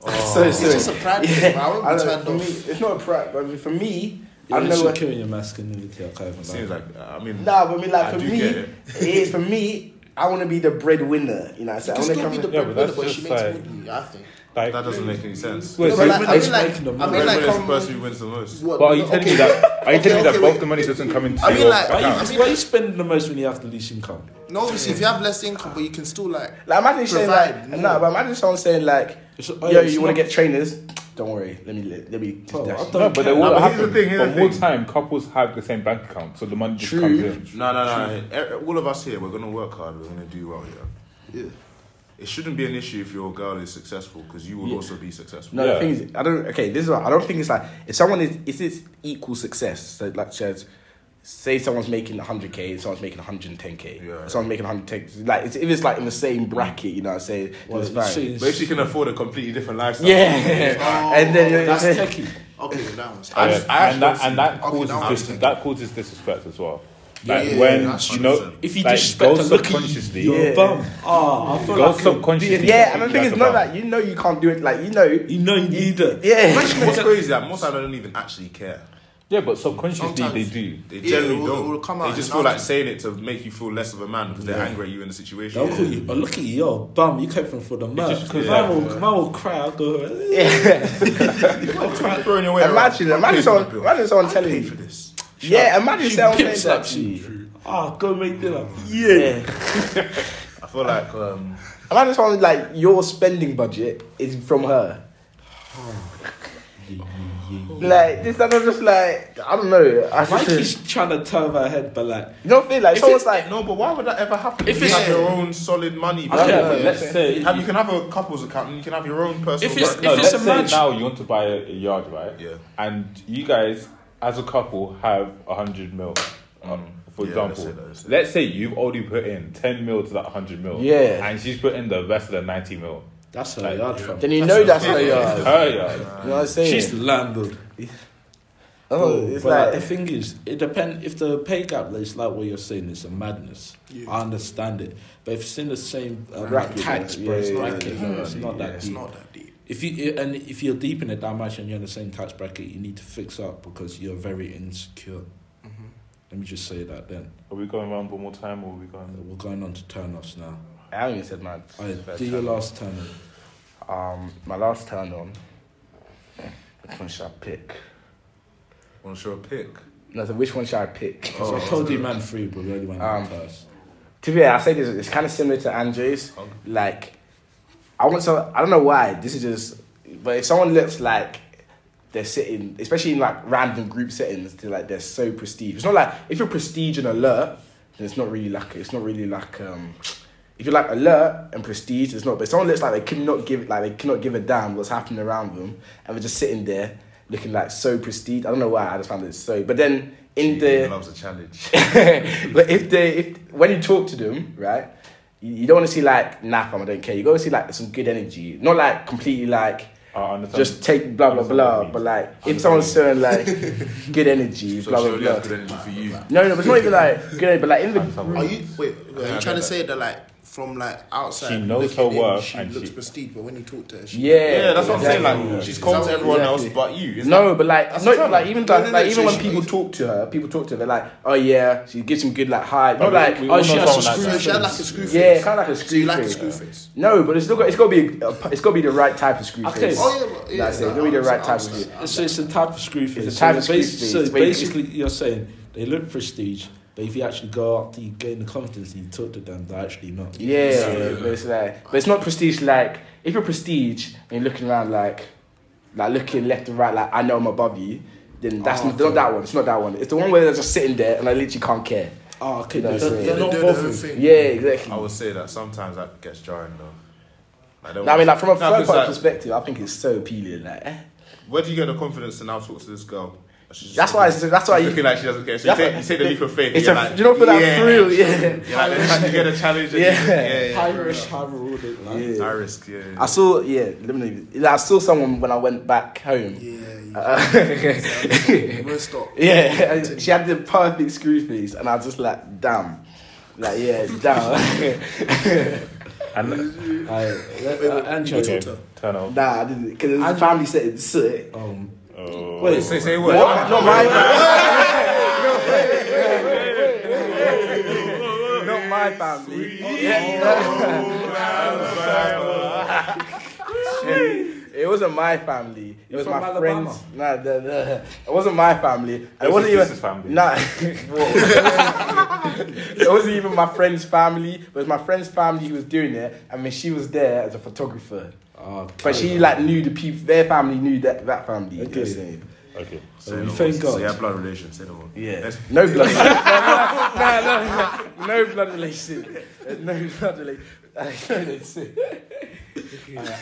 Oh. It's just a pride thing, but I wouldn't be
don't-
turned
for
off.
me, it's not a pride. But I mean, for me,
You're
I know.
insecure in your masculinity. I can't even
Seems
lie.
like I mean,
Mm.
Nah, but I mean, like
I
for
do
me,
get
it
it.
is for me. I want to be the breadwinner. You know, what I'm saying?
Can
I want to come.
still be the
Yeah, but
breadwinner,
that's
but she
just
makes more
like-
than you. I think.
Like,
That doesn't make any sense.
wait,
No,
so-
but
you-
like, I
it's
mean, like,
making them
I
Whoever
mean, like,
is the
come-
person who wins the most.
what-
but are you telling me that? Are you
Okay,
telling me that
okay,
both
wait.
the money doesn't come into
I mean,
your
like,
Why
account?
are you, why you spending the most when you have the least income?
No, obviously, if you have less income, but you can still like.
Like imagine you saying like
Provide
no,
more.
but imagine someone saying like,
It's- oh,
yo,
it's
you want
not-
to get trainers? Don't worry, let me let, me. Just
Bro,
dash
I
you."
don't
No, but they
care.
will
No, but here's
happen.
the thing, here's
but
the
more
thing.
time, couples have the same bank account, so the money just
True.
comes in.
No, no, no. Eh, All of us here, we're gonna work hard. We're gonna do well here.
Yeah.
It shouldn't be an issue if your girl is successful because you will also be successful.
No,
Yeah.
the thing is, I don't. Okay, this is. What, I don't think it's like if someone is. Is this equal success? So like, says, say someone's making hundred k, and someone's making one hundred and ten k.
Yeah.
Someone's making one hundred ten. Like it's, if it's like in the same bracket, you know, what I'm saying.
Well,
it's
you
fine.
see, it's-
But if she can afford a completely different lifestyle,
Yeah, and then
Oh, That's techie.
Okay, that one's.
I just- I
and that,
actually
and that
don't see-
causes
Okay,
dis-
that was-
that causes disrespect as well.
Yeah,
Like
yeah,
when
yeah, that's
you know,
100%.
If you
like,
disrespect a
go
look at
subconsciously,
you, you're
Yeah.
a bum. Ah, I feel
go
like you're
subconsciously.
yeah, and the thing
like
is,
a
not
bum.
that you know you can't do it. Like you know,
You know you need it.
yeah.
Actually, What's crazy is that most times I don't even actually care.
Yeah, but subconsciously
Sometimes-
they do.
They
Yeah,
generally
it will-
don't.
it will come
they
out
just
and
feel like
out.
saying it to make you feel less of a man because they're angry at you in the situation.
They'll call you, but look at you, you're a bum. You came from for the mouth.
just 'cause
Mine
that-
will, mine will cry. I'll go, eh, I'll cry.
Throwing your way around.
Imagine,
I'll pay
imagine
for
someone,
the bill.
imagine someone telling
Pay for
you.
this.
Yeah, imagine
She
someone
pip
saying that
slaps
to
you.
you.
Ah, go make dinner.
Yeah.
I feel like um,
Imagine someone like your spending budget is from her. Like this, I'm just like I don't know. I
Like
just,
he's trying to turn my head, but like,
you don't feel like
If
someone's
it-
like
no, but why would that ever happen?
If
If you
it's-
have your own solid money,
don't
Yeah,
know.
but let's say
And you can have a couple's account and you can have your own personal.
If it's-
bank
No,
if
account.
it's
let's
a
say
match-
now you want to buy a a yard, right?
Yeah.
And you guys, as a couple, have a hundred mil. uh, for
Yeah, let's
example,
say that,
let's
let's
say,
say
you've already put in ten mil to that hundred mil.
Yeah.
And she's put in the rest of the ninety mil.
that's her yard, fam.
then you know that's not yours. You
Her yard.
know what I'm saying?
She's the landlord.
oh, it's
but like,
like,
the thing is, it depend if the pay gap is like what you're saying, it's a madness. I understand it, but if it's in the same uh,
Bracket,
tax,
yeah,
bro, it's
yeah,
bracket,
yeah,
it's not that
It's
deep.
not that deep.
If you i- and if you're deep in it that much and you're in the same tax bracket, you need to fix up because you're very insecure.
Mm-hmm.
Let me just say that. Then
Are we going round one more time, or are we going?
we're going on to turn-offs now.
I haven't even said my
All right,
first
do your
turn.
last turn. off.
um my last turn on. Which one should I pick?
Want to show a pic?
No, so which one should I pick?
So I told you, man, three, but we only went
Oh, Um,
on first.
To be fair, I say this. It's kind of similar to Andrew's. Like, I want to. I don't know why. This is just. But if someone looks like they're sitting, especially in like random group settings, they're like they're so prestige. It's not like if you're prestige and alert, then it's not really like it's not really like um. If you're like alert and prestige, it's not. But if someone looks like they cannot give like they cannot give a damn what's happening around them, and they're just sitting there looking like so prestige. I don't know why. I just found it so. But then in the
She loves a challenge.
but if they, if when you talk to them, right, you, you don't want to see like nah, fam, I don't care. You gotta see like some good energy, not like completely like
I understand.
just take blah blah
Understand what it
blah.
means.
But like if someone's showing like good energy,
so
blah
she
blah
only
blah.
has good energy for you.
No, no, but it's not even like good, energy, but like in the
Understand
Are
what-
you wait? Are you trying to say that like from like outside?
She knows
looking
her
in,
worth
She
and
looks
she-
prestige, but when you talk to her, she
yeah,
Yeah, that's what I'm saying.
exactly.
Like she's cold to everyone else
Exactly.
but you. It's
No, but like,
That's
no,
the trouble.
like even
No,
like,
no, no,
like, even
she-
when
she-
people talk to her, people talk to her. They're like, oh yeah, she gives some good like hype. Not
we-
like,
we all
oh she
know
has some
someone
screw
like
So she had like a
face."
screw face.
Yeah, kind of like a
So
screw
you like a
face.
screw face. Oh,
No, but it's still got, it's got to be a, it's got to be the right type of screw
Okay.
face.
Oh yeah, but, yeah
That's it.
like,
It'll be the right
I
type of
understand,
screw.
I
So
understand.
it's a type of screw face.
um, a type
so
of screw
basi-
face,
So
but it's-
basically, you're saying they look prestige, but if you actually go out, you gain the confidence, and you talk to them, they're actually not.
Yeah, but it's like, but it's not prestige. Like, if you're prestige and you're looking around, like, like looking left and right, like I know I'm above you. Then that's
Oh,
not, not that one. It's not that one. It's the one where they're just sitting there and I literally can't care.
Oh, okay.
No,
They're,
so-
they're, not
They're
both.
doing
of-
their thing.
Yeah, exactly.
I would say that sometimes that gets jarring though. I, don't
No, I mean, like from a
Oh. No,
third
'cause,
party
like,
perspective, I think it's so appealing. Like, eh.
Where do you get the confidence to now talk to this girl? She's
That's why I said- that's why
she's
you-
looking like she doesn't care. So you
that's
take,
why-
you take the leap of faith.
it's a,
and you're like,
you don't feel that
yeah.
thrill, yeah.
You're like, let's try to get a challenge. and
Yeah.
you- yeah, yeah.
High risk, high reward. Like,
I
yeah.
risk. Yeah, yeah.
I saw, yeah, let me know. Like, I saw someone when I went back home.
Yeah,
Uh,
you won't stop.
Yeah, and she had the perfect screw face, and I was just like, damn. Like, yeah, damn.
and
Alright, let-
Wait,
uh,
wait,
Andrew.
okay,
Daughter.
turn off.
nah, I didn't, because it was a
And-
family setting. So,
Um,
Oh.
wait,
Say, say
what?
what?
No, my. Not my Oh, family. Yeah. It wasn't my family. It
You
was
from
my
Alabama?
friends. Nah, nah, nah. it wasn't my family. It
was
wasn't
his
even
sister's family.
Nah, it wasn't even my friend's family. It was my friend's family who was doing it. I mean, she was there as a photographer,
Oh,
but she like knew the people. Their family knew that that family.
Okay.
You know what I'm saying?
Okay.
Say
Oh, you
no
thank
more.
God.
Yeah, blood relations. Say no more.
Yeah.
Let's-
No blood. no, no, no, no, no blood relation. There's no blood relation. That's it.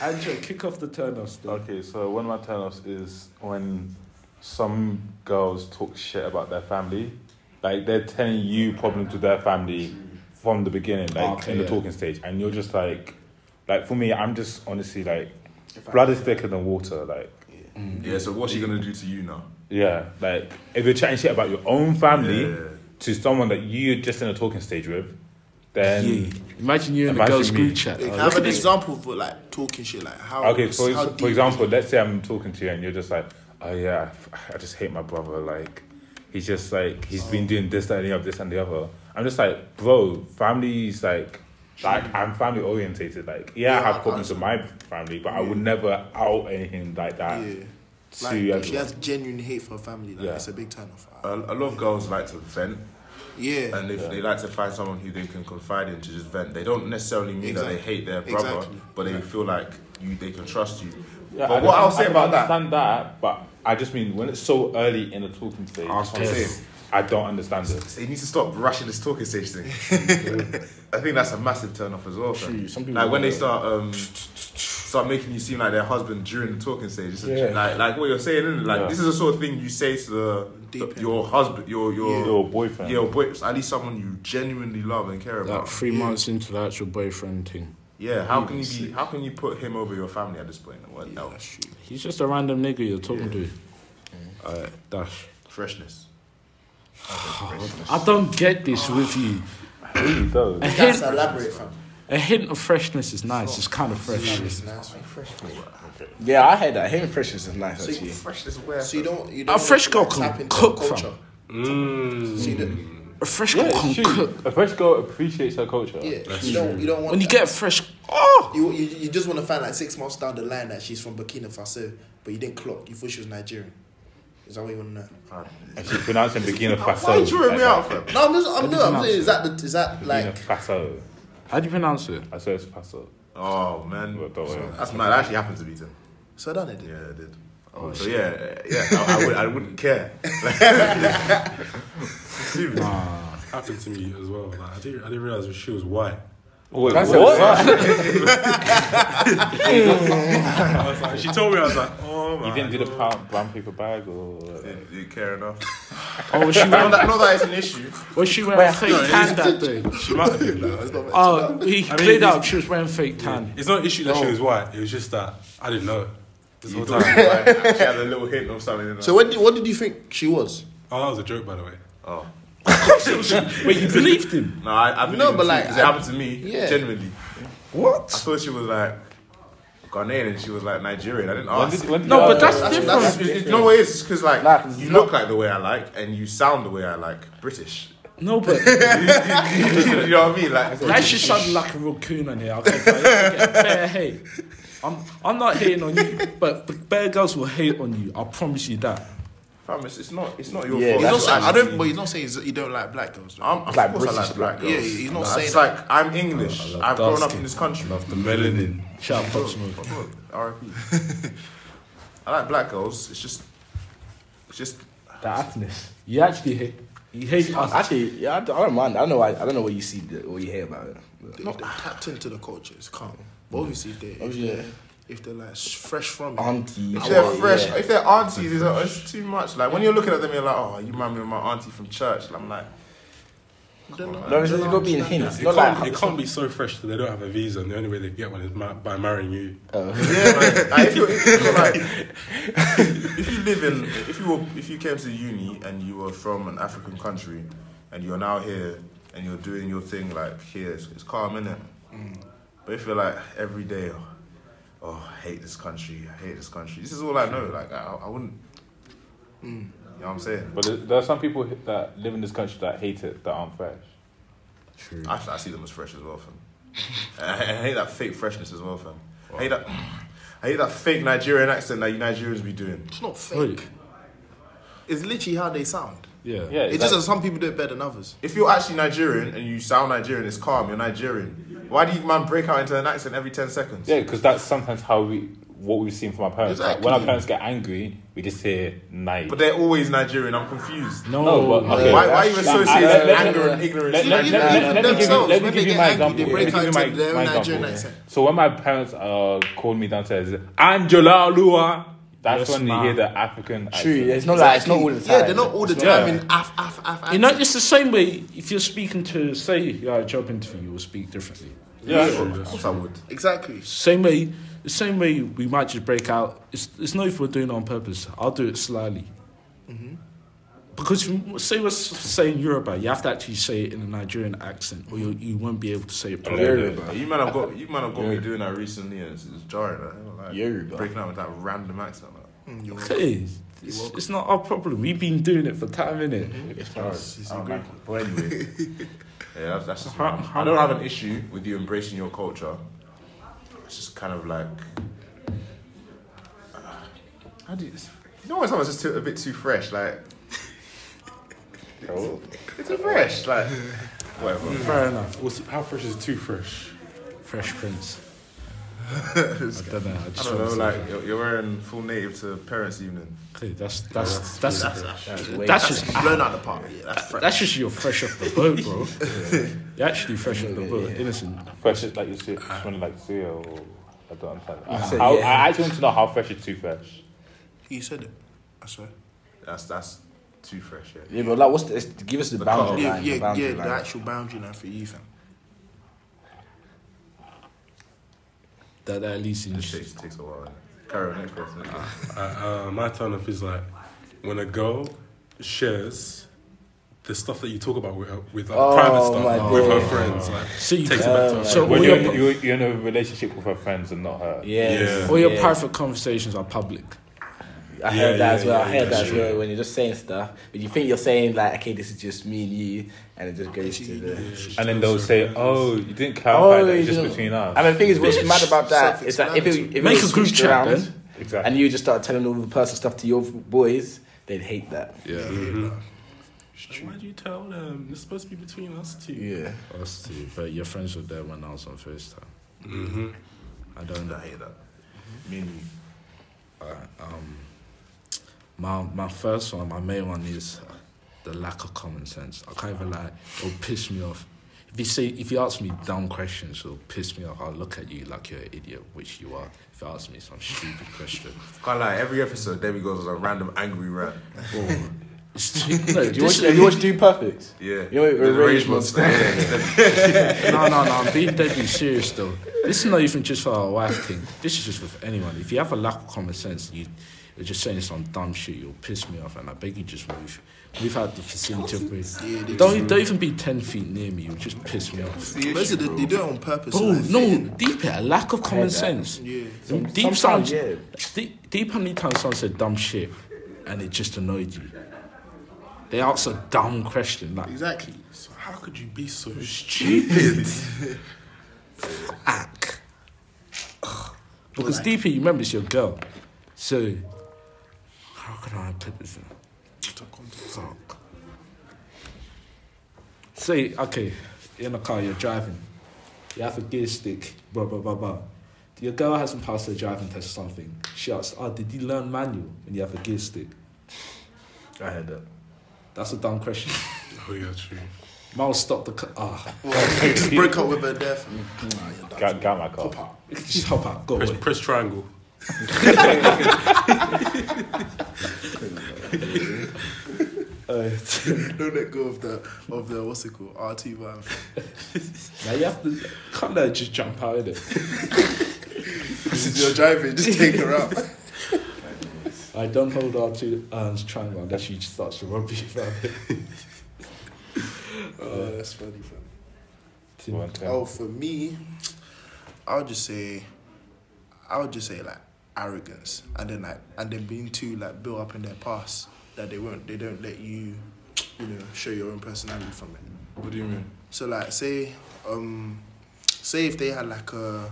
Andrew, kick off the turnoffs. Then.
Okay, so one of my turnoffs is when some girls talk shit about their family. Like they're telling you problems with their family from the beginning, like
Ah, Okay,
in the
yeah.
talking stage, and you're just like, like for me, I'm just honestly like, blood is thicker than water. Like,
Yeah. So what's she gonna do to you now?
yeah, like if you're chatting shit about your own family
Yeah.
to someone that you're just in a talking stage with, then
Imagine you in the
Imagine
girls'
me.
group chat.
Like,
Oh,
have an
look at this.
example for like talking shit, like how.
Okay, for,
how
ex-
deep-
for example, let's say I'm talking to you and you're just like, oh yeah, I f- I just hate my brother. Like, he's just like, he's been doing this, that, and the other, this, and the other. I'm just like, bro, family's like, like I'm family orientated. Like, yeah, I
Yeah,
have problems with my family, but I would never out anything like that
Yeah.
to
Like,
everyone.
if she has genuine hate for her family. Like,
uh, Yeah.
it's a big turn off. Uh,
A, a lot of girls like to vent,
yeah.
and if they like to find someone who they can confide in to just vent, they don't necessarily mean that they
Exactly.
hate their brother,
Exactly.
but they feel like you they can trust you.
Yeah,
but
I
what
don't-
I'll say
I
about that,
understand that, but I just mean when it's so early in the talking stage,
I'll say it.
I don't understand it.
So you need to stop rushing this talking stage thing. I think that's a massive turn off as well. fam.
True, some people
like when
do
they
that.
start um, start making you seem like their husband during the talking stage. It's a-
Yeah.
like like what you're saying, is Like
Yeah.
this is the sort of thing you say to the,
Deep
the- your husband, your your
Your boyfriend.
your boy, at least someone you genuinely love and care
Like
about.
three months into the actual boyfriend thing.
yeah, how can you be? How can you put him over your family at this point? What
Yeah,
else?
that's true.
He's just a random nigga you're talking to.
Alright, dash.
Freshness.
I don't get this with you.
He does.
A
That's
hint,
elaborate, fam.
a hint of freshness is nice. It's kind of fresh.
Yeah, I heard that. Him and Precious is nice actually.
Freshness where?
So you don't. You
A
don't
fresh girl
tap
can
into
cook,
culture.
fam.
So you don't.
A fresh girl
Yeah,
can
shoot.
cook.
A fresh girl appreciates her culture.
Yeah. you don't. You don't want.
When you
that.
get a fresh, oh,
You, you, you just want to find like six months down the line that she's from Burkina Faso, but you didn't clock. You thought she was Nigerian. Is that what you want to know?
And she's pronouncing Burkina Faso.
Why are you drawing
like
me out,
that.
fam?
No, I'm just, I'm, no, I'm
pronounce
saying, is that the, is that
Burkina
like
Faso.
how do you pronounce it?
I swear it's Faso.
Oh man,
But don't worry.
that's mad. That actually happened to me too.
so done it?
Yeah, I did. Oh, so yeah, uh, yeah, I, I, would, I wouldn't care. Seriously.
Happened to me as well. Like, I didn't, I didn't realize she was white.
Wait,
That's
what?
I was like, she told me, I was like, oh my.
You didn't do the brown, brown paper bag or.
Didn't- didn't care enough.
Oh, was she
Not
wearing,
that, not that it's an issue.
was she wearing fake tan that day?
She might have been. like,
Oh, he
mean,
cleared
it's-
up. She was wearing fake tan.
It's not an issue that she was white. It was just that I didn't know. This
You
whole
thought
time.
she had a little hint of something. In her.
So what did, what did you think she was?
Oh, that was a joke, by the way.
oh.
Wait, you believed him?
No, I, I believe
No,
it
but
too,
like,
'cause
I-
it happened to me.
Yeah.
Genuinely, I
What?
thought she was like Ghanaian and she was like Nigerian. I didn't
When
ask.
did, when did
No,
you-
but that's
That's-
different.
It's- it's- no way. It's because like
Nah, 'cause
you
it's
look like the way I like and you sound the way I like. British.
No, but
you know what I mean? Like
that should sound like a real coon on here. I can't find- get a bear hate. I'm, I'm not hating on you, but the bear girls will hate on you. I promise you that.
fam, it's, it's not. It's not your
Yeah, He's not
He's
fault.
not
That's
saying, I
what
don't, but he's not saying he's- he don't like black girls. Though.
I'm, of
Like
course I like
British
black girls.
yeah, he's not saying
It's
that.
like I'm English. I've grown up in this country.
the melanin. Shout out Pop Smoke.
R.I.P. I like black girls. It's just, it's just.
The aptness. You actually hate. You hate us.
Actually, yeah, I don't, I don't mind. I don't know. I, I don't know what you see, what you hear about it.
They're not tapped into the culture. It's calm. But obviously, they, if,
Obviously,
they're, if they're like s- fresh from it,
Auntie,
If they're
oh,
fresh,
yeah.
if they're aunties, it's, it's too much. Like when you're looking at them, you're like, oh, you remind me of my auntie from church. And I'm like,
they're not-
No, it's
they're
just
not
gonna be in
understanding.
hints.
It
Not
can't,
like
it can't be so fresh that they don't have a visa, and the only way they get one is ma- by marrying you.
yeah. Like, like, if, you're, if you're like, if you live in, if you were, if you came to uni and you were from an African country, and you're now here and you're doing your thing like here, it's, it's calm, innit? But if you're like every day, oh, oh, I hate this country, I hate this country. This is all I know. Like I, I wouldn't. You know what I'm saying?
But there- there are some people h- that live in this country that hate it that aren't fresh.
I, I see them as fresh as well, fam. I, I hate that fake freshness as well, fam. I hate that. I hate that fake Nigerian accent that you Nigerians be doing.
It's not fake. It's literally how they sound.
Yeah.
Yeah,
It's just that some people do it better than others.
If you're actually Nigerian and you sound Nigerian, it's calm. You're Nigerian. Why do you man break out into an accent every ten seconds?
Yeah, because that's sometimes how we what we've seen from our parents. Like, when our
Exactly.
parents get angry, we just hear night.
But they're always Nigerian. I'm confused.
No,
no, but okay.
Why, why are you
Like,
associating
let-
anger
let-
and ignorance?
let-
with
let- let- let- let me
Nigerian?
give you-
Themselves,
let me
when
give
they
you my
get angry, they
example. Let me
break
give you
out
my
into their own
my
Nigerian
example.
accent.
So when my parents uh, called me downstairs, Angela Lua, that's
Yes,
when you
ma'am.
hear the African accent.
True, yeah, it's not like it's not all the time.
Yeah, they're not all the
Yeah.
time in af, af, af, af.
You know, it's the same way if you're speaking to, say, you're at a job interview, you will speak differently.
Yeah.
Of course I would.
Exactly.
Same way, the same way we might just break out. It's, it's not if we're doing it on purpose. I'll do it slyly.
Mm-hmm.
Because you- say we're s- saying Yoruba, you have to actually say it in a Nigerian accent, or you, you won't be able to say
Oh,
it properly.
You man have got you man have got me doing that recently, and it's, it's jarring. I don't like
Yoruba.
breaking out with that random accent. Like.
Mm, you're Mm-hmm. right.
Okay, it's, it's not our problem. We've been doing it for time, innit?
I don't like it. But anyway, yeah, that's, that's just
How-
my-
how-
I don't have an issue with you embracing your culture. It's just kind of like, uh, how do you, you know when someone's just too, a bit too fresh, like. It's too fresh, like whatever.
Fair enough.
What's, how fresh is too fresh?
Fresh Prince. I don't know. I
I
just
don't
want
know,
to
like you're, you're wearing full native to parents' evening.
Okay, that's that's that's that's,
way
just
Blown out the park. Yeah, that's fresh.
that's just you're fresh off the boat, bro. You're actually fresh off the boat, innocent.
Fresh is like you see, just want to like see it or I don't understand. I, how, I actually want to know how fresh is too fresh.
You said it. I swear.
That's that's too fresh, yeah.
Yeah, but like, what's the, it's- give us the, boundary
Yeah,
line?
yeah,
Oh, the
yeah.
boundary
The
line.
actual boundary line for you, fam.
That that at least in
It takes, takes a while. Carry on, next person.
Uh, uh, my turn off is like when a girl shares the stuff that you talk about with, her, with like,
Oh,
private
my
stuff with her
God.
friends. Like,
so you
takes it
can-
back to her.
so all
When you're,
your
you're, you're in a relationship with her friends and not her.
Yes,
Yeah.
all your
yeah.
private conversations are public.
I
Yeah,
heard that
yeah,
as well.
yeah,
I heard
yeah,
that as
sure.
well. When you're just saying stuff, but you think you're saying like, okay, this is just me and you, and it just goes to the.
And then they'll say, "Oh, you didn't clarify
Oh,
that. It's
you
just
know.
between us."
And the thing is, what's mad about that is that if it,
Self-explanatory.
if it
Make
was
a group
switched
chat,
around,
then.
Exactly.
and you just start telling all the person stuff to your boys, they'd hate that.
Yeah,
Why do you tell them? It's supposed to be between us two.
Yeah.
us too. But your friends were there when I was on FaceTime.
Mm-hmm.
I don't know.
I hate that. Me and you.
um, my my first one, my main one is the lack of common sense. I can't even lie. It'll piss me off. If you say if you ask me dumb questions, it'll piss me off. I'll look at you like you're an idiot, which you are. If you ask me some stupid question,
Can't lie, every episode, Debbie goes on a random angry rant.
or it's too, no,
Do you watch,
this,
have you watch Do Perfect?
Yeah.
You know,
The
Rage
Rage
Monster.
no, no, no. I'm being deadly serious though. This is not even just for our wife thing. This is just for anyone. If you have a lack of common sense, you. You're just saying some dumb shit. You'll piss me off, and I beg you, just move. Move out the vicinity of where-
Yeah, they do.
Don't don't even be ten feet near me. You just piss me off.
Most of the, they do it on purpose.
Bro,
like,
no,
fitting.
deep it. A lack of common sense.
Yeah.
Some- Deep
sometimes,
sounds.
yeah.
Deep, deep how many times someone said dumb shit, and it just annoyed you. They asked a dumb question like
Exactly.
So how could you be so stupid?
stupid. Fuck. Because deep, you remember it's your girl. So how can I put this in? Fuck. Say, okay, you're in a car, you're driving. You have a gear stick, blah, blah, blah, blah. Your girl hasn't passed her driving test or something. She asks, oh, did you learn manual when you have a gear stick?
I heard that.
That's a dumb question.
Oh yeah, true.
Miles stopped the car. Ah,
Just break up with her death.
got, got my car.
you can just hop out, go
Press,
away.
press triangle.
Uh,
Don't let go of the of the what's it called RT man.
Now you have to, can't let her just jump out of it.
Since you're driving, just take her out.
I don't hold on to Ern's triangle unless she starts to rub you about it.
Oh, that's funny, fam.
One time.
Oh, for me, I would just say, I would just say like arrogance, and then like, and then being too like built up in their past that they won't, they don't let you, you know, show your own personality from it.
What do you mean?
So like, say, um, say if they had like a,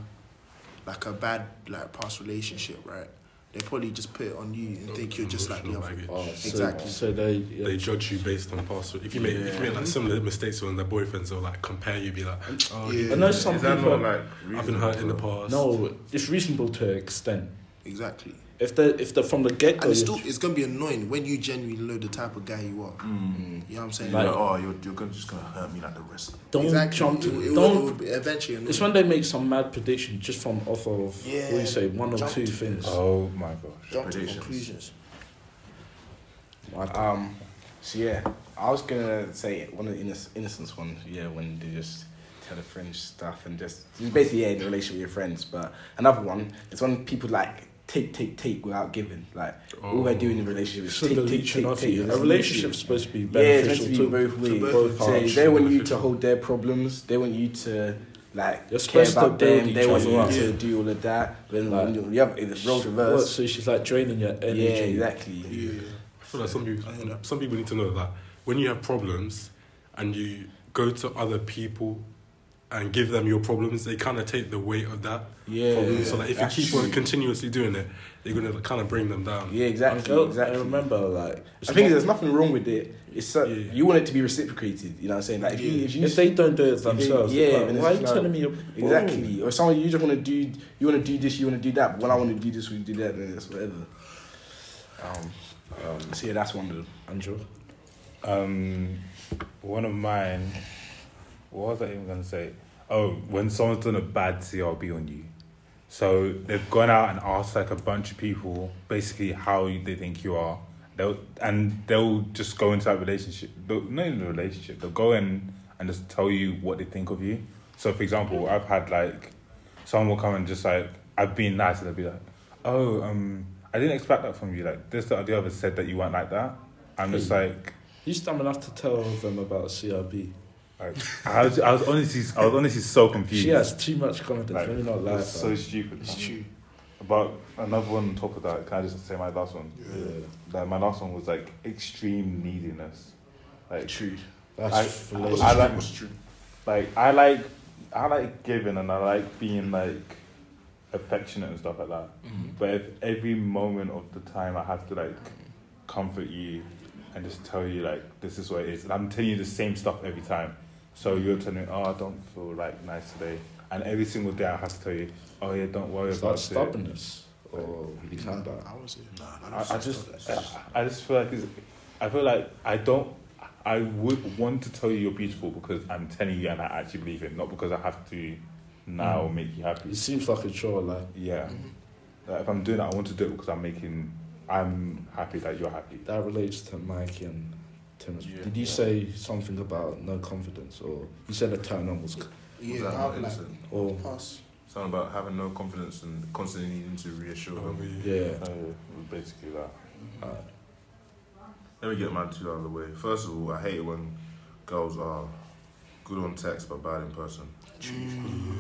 like like a bad like past relationship, right? They probably just put it on you and think you're just like the
Emotional
other.
baggage.
Oh, so,
Exactly.
So they,
They judge you based on past. If you make if you make like similar mistakes on their boyfriends, they'll like compare you, be like, oh,
Yeah,
I know some
Is that
people.
not like?
I've been hurt in the past.
no, it's reasonable to an extent.
exactly.
If they, if they're from the get
And
go,
it's still it's gonna be annoying when you genuinely know the type of guy you are. You know what I'm saying?
Like, oh, you're, you're gonna, just gonna hurt me like the rest. of them.
don't
exactly.
jump
It will- it
to.
will-
Don't.
it will be eventually. Annoying.
it's when they make some mad prediction just from off of what do
Yeah,
you say one or
jump
two
to-
things.
Oh my gosh.
jump to
Predictions.
conclusions.
Um, so yeah, I was gonna say one of the innoc- innocence ones. Yeah, when they just tell the fringe stuff and just it's basically yeah, in the relationship with your friends. But another one is when people like take, take, take without giving. Like all we're doing in relationships
Should
is
the
take, take,
leech and
take,
off
take.
you. A
It's
relationship's supposed to be
Yeah, it's meant
beneficial
to be
to
both
to
ways.
both
So
parties.
they want you to hold their problems. They want you to like
You're
care
supposed to
about
build
them.
each
They want
other
you
up.
to do all of that. But then
Like,
when you- you have it's roles
What,
reverse.
so she's like draining your energy.
Yeah, exactly.
I feel like some people,
I hear that.
some people need to know that when you have problems and you go to other people and give them your problems, they kind of take the weight of that
Yeah,
problem.
yeah,
so like if you
that's
keep
true.
on continuously doing it, they're gonna kind of bring them down.
Yeah,
I,
exactly.
felt-
exactly.
I remember like
I think there's nothing wrong with it. It's so,
Yeah.
you want it to be reciprocated. You know what I'm saying? Like if you, if you
if they don't do it
they-
themselves,
yeah,
yeah,
then it's
why are you
like-
telling me you're
exactly, or someone you just want to do, you want to do this, you want to do that. But when I want to do this, we do that, and it's whatever. Um, um, so yeah, that's one of them.
Andrew?
Um, one of mine. What was I even gonna say? Oh, when someone's done a bad CRB on you, so they've gone out and asked like a bunch of people basically how you- they think you are. They'll and they'll just go into that relationship. They'll, not even a relationship. They'll go in and just tell you what they think of you. So, for example, I've had like someone will come and just like I've been nice and they'll be like, "Oh, um, I didn't expect that from you. Like this, that, or the other said that you weren't like that." I'm just like.
He's dumb enough to tell them about CRB.
Like, I was, I was honestly, I was honestly so confused.
She has too much confidence.
Like,
Let me not lie.
it's so
fam.
stupid.
It's true.
But another one on top of that, can I just say my last one?
Yeah.
Like my last one was like extreme neediness. Like
True.
That's
I-
philosophy.
I like Like I like, I like giving and I like being like affectionate and stuff like that. But if every moment of the time I have to like comfort you and just tell you like this is what it is, and I'm telling you the same stuff every time. So you're telling me, oh, I don't feel like nice today, and every single day I have to tell you, oh yeah, don't worry
It's
about
like
it.
stubbornness. Or you can't die.
I would say, nah,
I, I just, I just feel like it's, I feel like I don't. I would want to tell you you're beautiful because I'm telling you and I actually believe it, not because I have to now make you happy.
It seems like a chore, like
Yeah. Like if I'm doing that, I want to do it because I'm making, I'm happy that you're happy.
that relates to Mikey and Tim.
Yeah.
Did you say something about no confidence, or you said a turn on was, c-
Was
yeah,
that
I'll
not
be like,
innocent?
or
pass.
Something about having no confidence and constantly needing to reassure
Oh,
them.
yeah.
yeah,
Uh, basically that.
Let me get my two out of the way. First of all, I hate it when girls are good on text but bad in person.
Mm.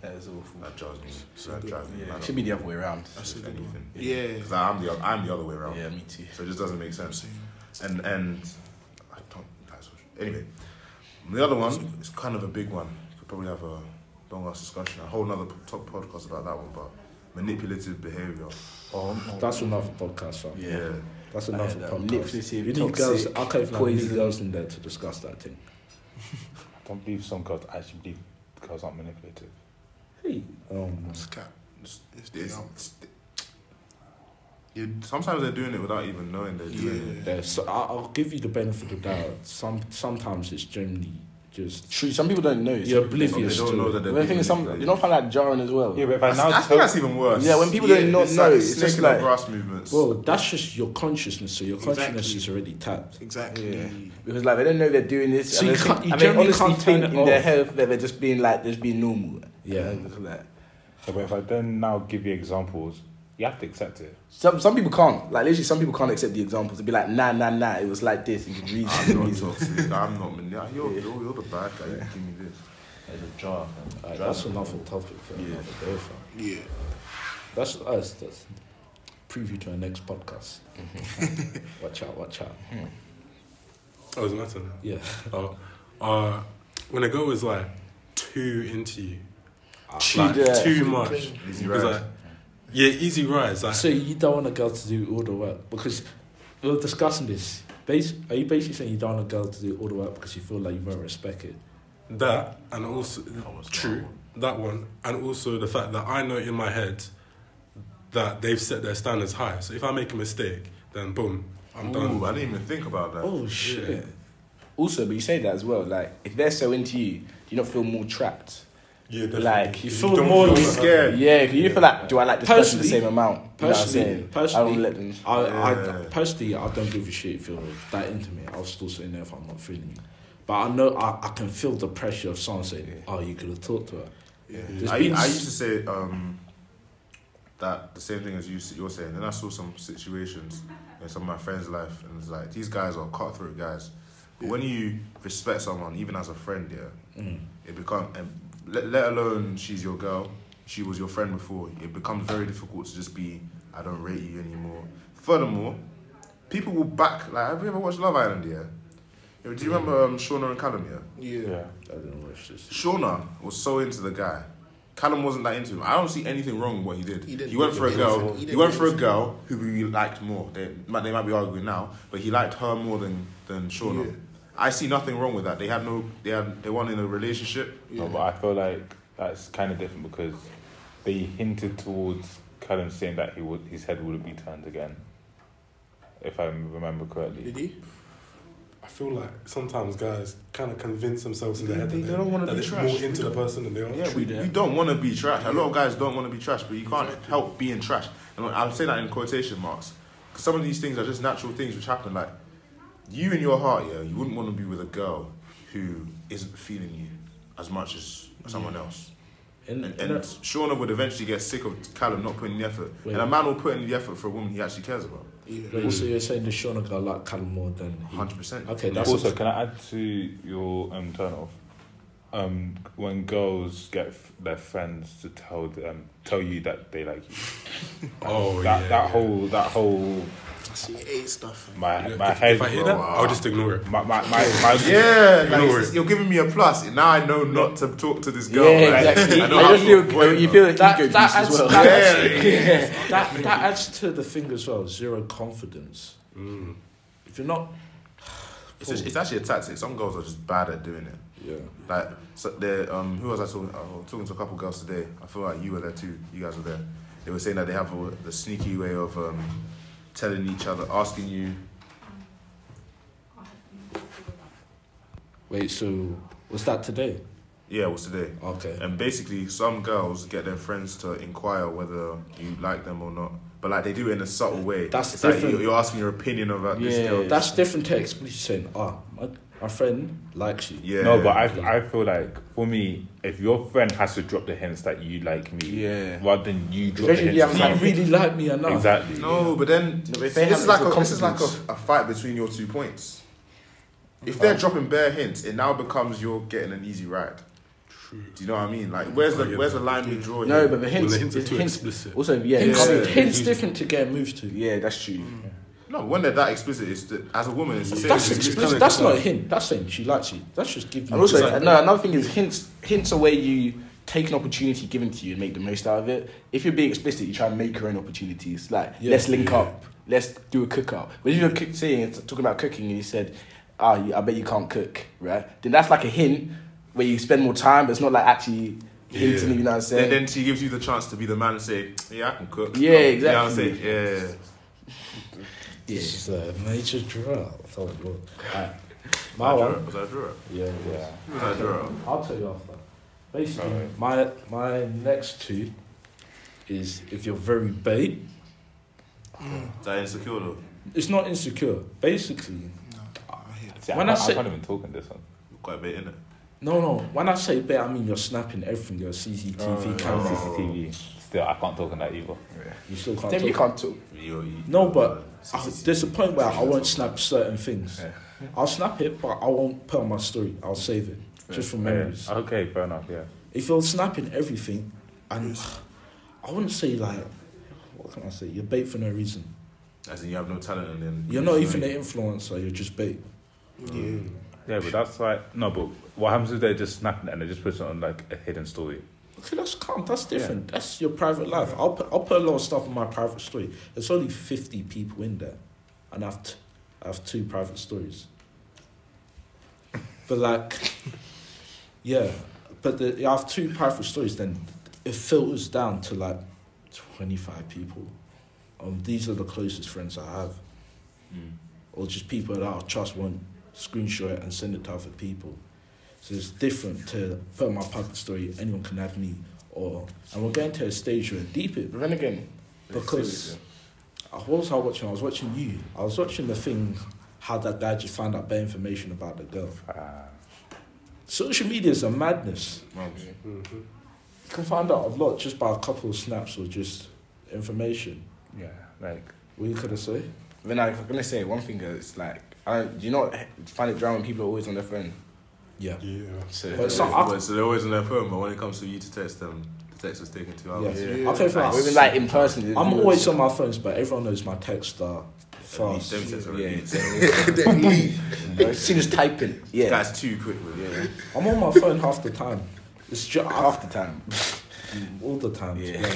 That is awful.
That drives me. That drives me.
Yeah,
mad.
it should be the other way around.
That's a
If
good one.
anything.
Yeah.
'Cause I'm the I'm the other way around.
Yeah, me too.
So it just doesn't make sense. And and I don't. That's anyway, the other one is kind of a big one. Could probably have a long ass discussion, a whole nother p- top podcast about that one. But manipulative behavior.
Um,
that's another podcast, fam.
Yeah.
That's another
that
podcast.
manipulative,
You need girls.
toxic,
I can't even have
poison.
any girls in there to discuss that thing.
I don't believe some girls actually believe girls aren't manipulative.
Hey, um,
It's cap.
It's-
It's the
it's-
young.
it's- you- sometimes they're doing it without even knowing they're doing it.
Yeah.
there. So I, I'll give you the benefit of doubt. Some sometimes it's generally just
True. Some people don't know. It's
you're
They don't- They
oblivious
don't
to
know
it.
that they're
But the thing
being
is, some
manipulated.
you don't find that jarring as well.
Yeah, but if I now
I, I
tell
think that's even worse.
Yeah, when people don't not
it's
know,
like
it's just
snake in the
like-
grass movements.
Well, that's just your consciousness. So your consciousness
Exactly.
is already tapped.
Exactly.
Yeah. Because like they don't know they're doing this,
So
and
you
they,
can't-
think-
you
and they
generally
honestly
can't
think
turn it
in their
off.
head that they're just being like, just being normal.
Yeah.
And it's like-
Yeah, but if I then now give you examples, you have to accept it.
Some some people can't. Like literally, some people can't accept the examples. They'd be like, nah, nah, nah. It was like this. And you read
Ah,
I'm
the
not
reason.
toxic. I'm not manipulative. You're, you're, you're the bad guy. You give me this.
It's a jar.
Uh, that's another topic for another day, fam.
Yeah.
That's us. That's preview to our next podcast. watch out! Watch out!
Oh, it's matter now.
Yeah.
Oh, uh, when a girl is like too into you, cheat
yeah.
too much.
Easy
Because,
ride.
like, yeah, easy rides. Like,
So you don't want a girl to do all the work because we were discussing this. Bas- are you basically saying you don't want a girl to do all the work because you feel like you won't respect it?
That and also true that one and also the fact that I know in my head that they've set their standards high. So if I make a mistake, then boom, I'm
Ooh, I
done.
didn't even think about that.
Oh shit!
Yeah.
Also, but you say that as well. Like, if they're so into you, do you not feel more trapped?
Yeah, definitely.
Like, you
feel more
scared.
Yeah, 'cause you feel like, do I like this person the
Personally-
same amount? You know what I'm
Personally,
saying? I
personally,
don't let them.
I, I
Yeah.
personally, I don't give a shit if you're that intimate. I'll still say no if I'm not feeling you. But I know I, I can feel the pressure of someone saying, "Oh, you could have talked to her."
Yeah.
There's
I,
been
I
s-
used to say um, that the same thing as you, s- you're saying. Then I saw some situations in some of my friends' life, and it's like these guys are cutthroat guys. But when you respect someone, even as a friend, yeah,
Mm.
it becomes. Let, let alone she's your girl, she was your friend before. It becomes very difficult to just be. I don't rate you anymore. Furthermore, people will back. Like, have you ever watched Love Island? Yeah. You know,
Mm.
Do you remember um, Shauna and Callum? Yeah.
Yeah.
I didn't watch this.
Shauna was so into the guy. Callum wasn't that into him. I don't see anything wrong with what he did.
He
He,
didn't
went
do
for a
anything.
girl.
He
He,
didn't
went
do
for a
anything.
girl who he liked more. They might, they might be arguing now, but he liked her more than than Shauna.
Yeah.
I see nothing wrong with that. They had no. They had. They weren't in a relationship.
No, but I feel like that's kind of different because they hinted towards Callum saying that he would his head wouldn't be turned again, if I remember correctly.
Did he?
I feel like sometimes guys kind of convince themselves in their head
They-
that
they don't wanna
that
be
they're
trashed.
more into the person than they are.
Yeah, we, we don't want to be trash. A lot of guys don't want to be trash, but you can't help being trash. And I'm saying that in quotation marks because some of these things are just natural things which happen. Like you in your heart, yeah, you wouldn't want to be with a girl who isn't feeling you as much as someone else.
In,
And,
in
and
a,
Shauna would eventually get sick of Callum not putting in the effort. And a man will put in the effort for a woman he actually cares about.
but also, you're saying the Shauna girl like Callum more than
Mm.
he.
100%.
Okay, that's
also, can I add to your um, turn off? Um, when girls get f- their friends to tell them tell you that they like you,
Oh
that
yeah.
that whole that whole
See, he ate stuff.
my
If,
my
if
head
I hear
bro,
that, I'll just ignore it.
my my my, my
Yeah, like,
Ignore
it's-
it.
you're giving me a plus. Now I know not to talk to this girl.
Yeah,
like,
exactly.
I
I
know how
just
to
feel,
avoid
you
her.
feel that,
that,
ego
that,
juice
adds,
as well.
that, adds,
Yeah.
that, that adds to the thing as well zero confidence.
Mm.
If you're not.
It's, it's actually a tactic. Some girls are just bad at doing it.
Yeah.
Like, so they um, who was I talking? I was talking to a couple girls today. I feel like you were there too. You guys were there. They were saying that they have a, the sneaky way of um, telling each other, asking you.
Wait, so was that today?
Yeah, what's today?
Okay.
And basically, some girls get their friends to inquire whether you like them or not. But like they do it in a subtle way.
That's
it's like
different.
you're, you're asking your opinion about this
Yeah.
girl.
That's different to explicitly saying, ah, my, my friend likes you.
yeah.
No, but I, I feel like for me, if your friend has to drop the hints that you like me,
Yeah.
rather than you drop
Especially if you
the hints,
haven't
You
that-
really like me enough.
exactly.
No, but then
but if they
this,
have
is
it, it's
like
a
a, this is like
confidence. Um,
a, a fight between your two points. If they're dropping bare hints, it now becomes you're getting an easy ride. True. Do you know what I mean? Like, where's the
get
where's the line we draw?
No,
here?
but the hints,
the hints are
it's
too explicit.
Also, yeah,
Hints,
yeah.
hints different to get moved to.
Yeah, that's true.
no, when they're that explicit, it's the, as a woman, it's the same.
That's
thing.
explicit. That's not a hint. That's saying she likes you. That's just giving.
And
you-
also, no, another thing is hints. Hints are where you take an opportunity given to you and make the most out of it. If you're being explicit, you try and make your own opportunities. Like
Yeah.
let's link up, let's do a cookout. When you were cook- saying talking about cooking, and you said, "Ah, you- I bet you can't cook," right? Then that's like a hint where you spend more time, but it's not like actually hinting. You know what I'm saying?
Then, then she gives you the chance to be the man and say, "Yeah, I can cook."
Yeah,
You know what I'm
exactly.
saying? Yeah.
This is a major draw. I thought, well, alright.
I
My
drew
one.
it. Was I a drawer?
Yeah, yeah.
Was I a drawer?
I'll tell you after. Basically, my my next two is if you're very bait,
Is that insecure though?
it's not insecure. Basically,
See,
When
I,
I
can't-
say-
I can't even talk on this one.
Quite a bit in it.
no, no. When I say bait, I mean you're snapping everything. Your
Oh,
CCTV camera.
CCTV. Still, I can't talk on that either.
You still can't.
Then
talk
you can't talk.
No, but I, there's a point where I won't snap certain things.
Yeah.
I'll snap it, but I won't put on my story. I'll save it just for memories.
Yeah. Okay, fair enough. Yeah.
If you're snapping everything, and I wouldn't say like, what can I say? You're bait for no reason.
As in, you have no talent, and then
You're not even an influencer. You're just bait.
Yeah, but that's like no. But what happens if they're just snapping it and they just put it on like a hidden story?
Okay, that's calm. That's different. That's your private life. I'll put I'll put a lot of stuff in my private story. There's only fifty people in there, and I've t- I have two private stories. But like, yeah, but the, I have two private stories. Then it filters down to like twenty five people. Um, these are the closest friends I have, or just people that I trust won't screenshot it and send it to other people. So it's different to put my public story, anyone can add me, or and we're going to a stage where deep it
But then again,
because I was I watching I was watching you. I was watching the thing how that guy just found out bad information about the girl.
Ah.
Social media is a madness.
Mhm.
You can find out a lot just by a couple of snaps or just information.
Yeah, like
What you could have said?
then I, if I'm gonna say one thing, it's like I don't, do you not find it dry when people are always on their phone?
Yeah.
Yeah.
So
But it's
So,
not I-
but- so they're always on their phone, but when it comes to you to text them, the text was taking two hours.
Yeah. I play for
like,
us.
or even like in person,
I'm always on my phones, but everyone knows my texts are
Them
fast.
texts are
Yeah.
really-
as soon as typing, yeah,
Guys, too quick with it.
I'm on my phone half the time. It's just
half the time.
all the time.
Yeah.
Yeah.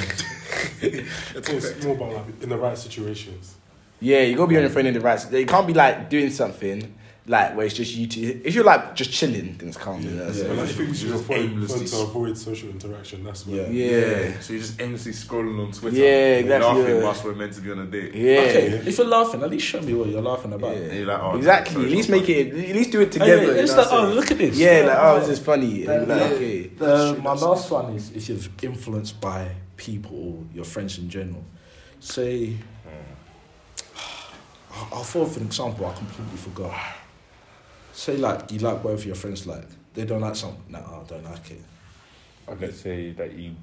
It's all- it's more about like in the right situations.
Yeah, you gotta be on your phone in the right. You can't be like doing something like where it's just you two. If you're like just chilling, then it's calm. Yeah,
But like, if you use your
Just
phone, phone
aimlessly
to avoid social interaction, that's where.
Yeah.
yeah.
So you're just endlessly scrolling on Twitter.
Yeah, exactly,
Laughing
yeah.
whilst we're meant to be on a date.
yeah.
Okay, if you're laughing, at least show me what you're laughing about.
And you're like, oh,
Exactly.
sorry,
At least
sorry.
make it. At least do it
Hey,
together.
it's
you know
like,
what I'm
oh, look at this.
saying? yeah, like oh, this is funny. And like,
yeah.
okay.
Uh, my last one is if you're influenced by people or your friends in general. Say, I- I'll fall for an example I completely forgot. Say, like, you like whatever your friends like. They don't like something. No, I don't like it.
okay, let's say that you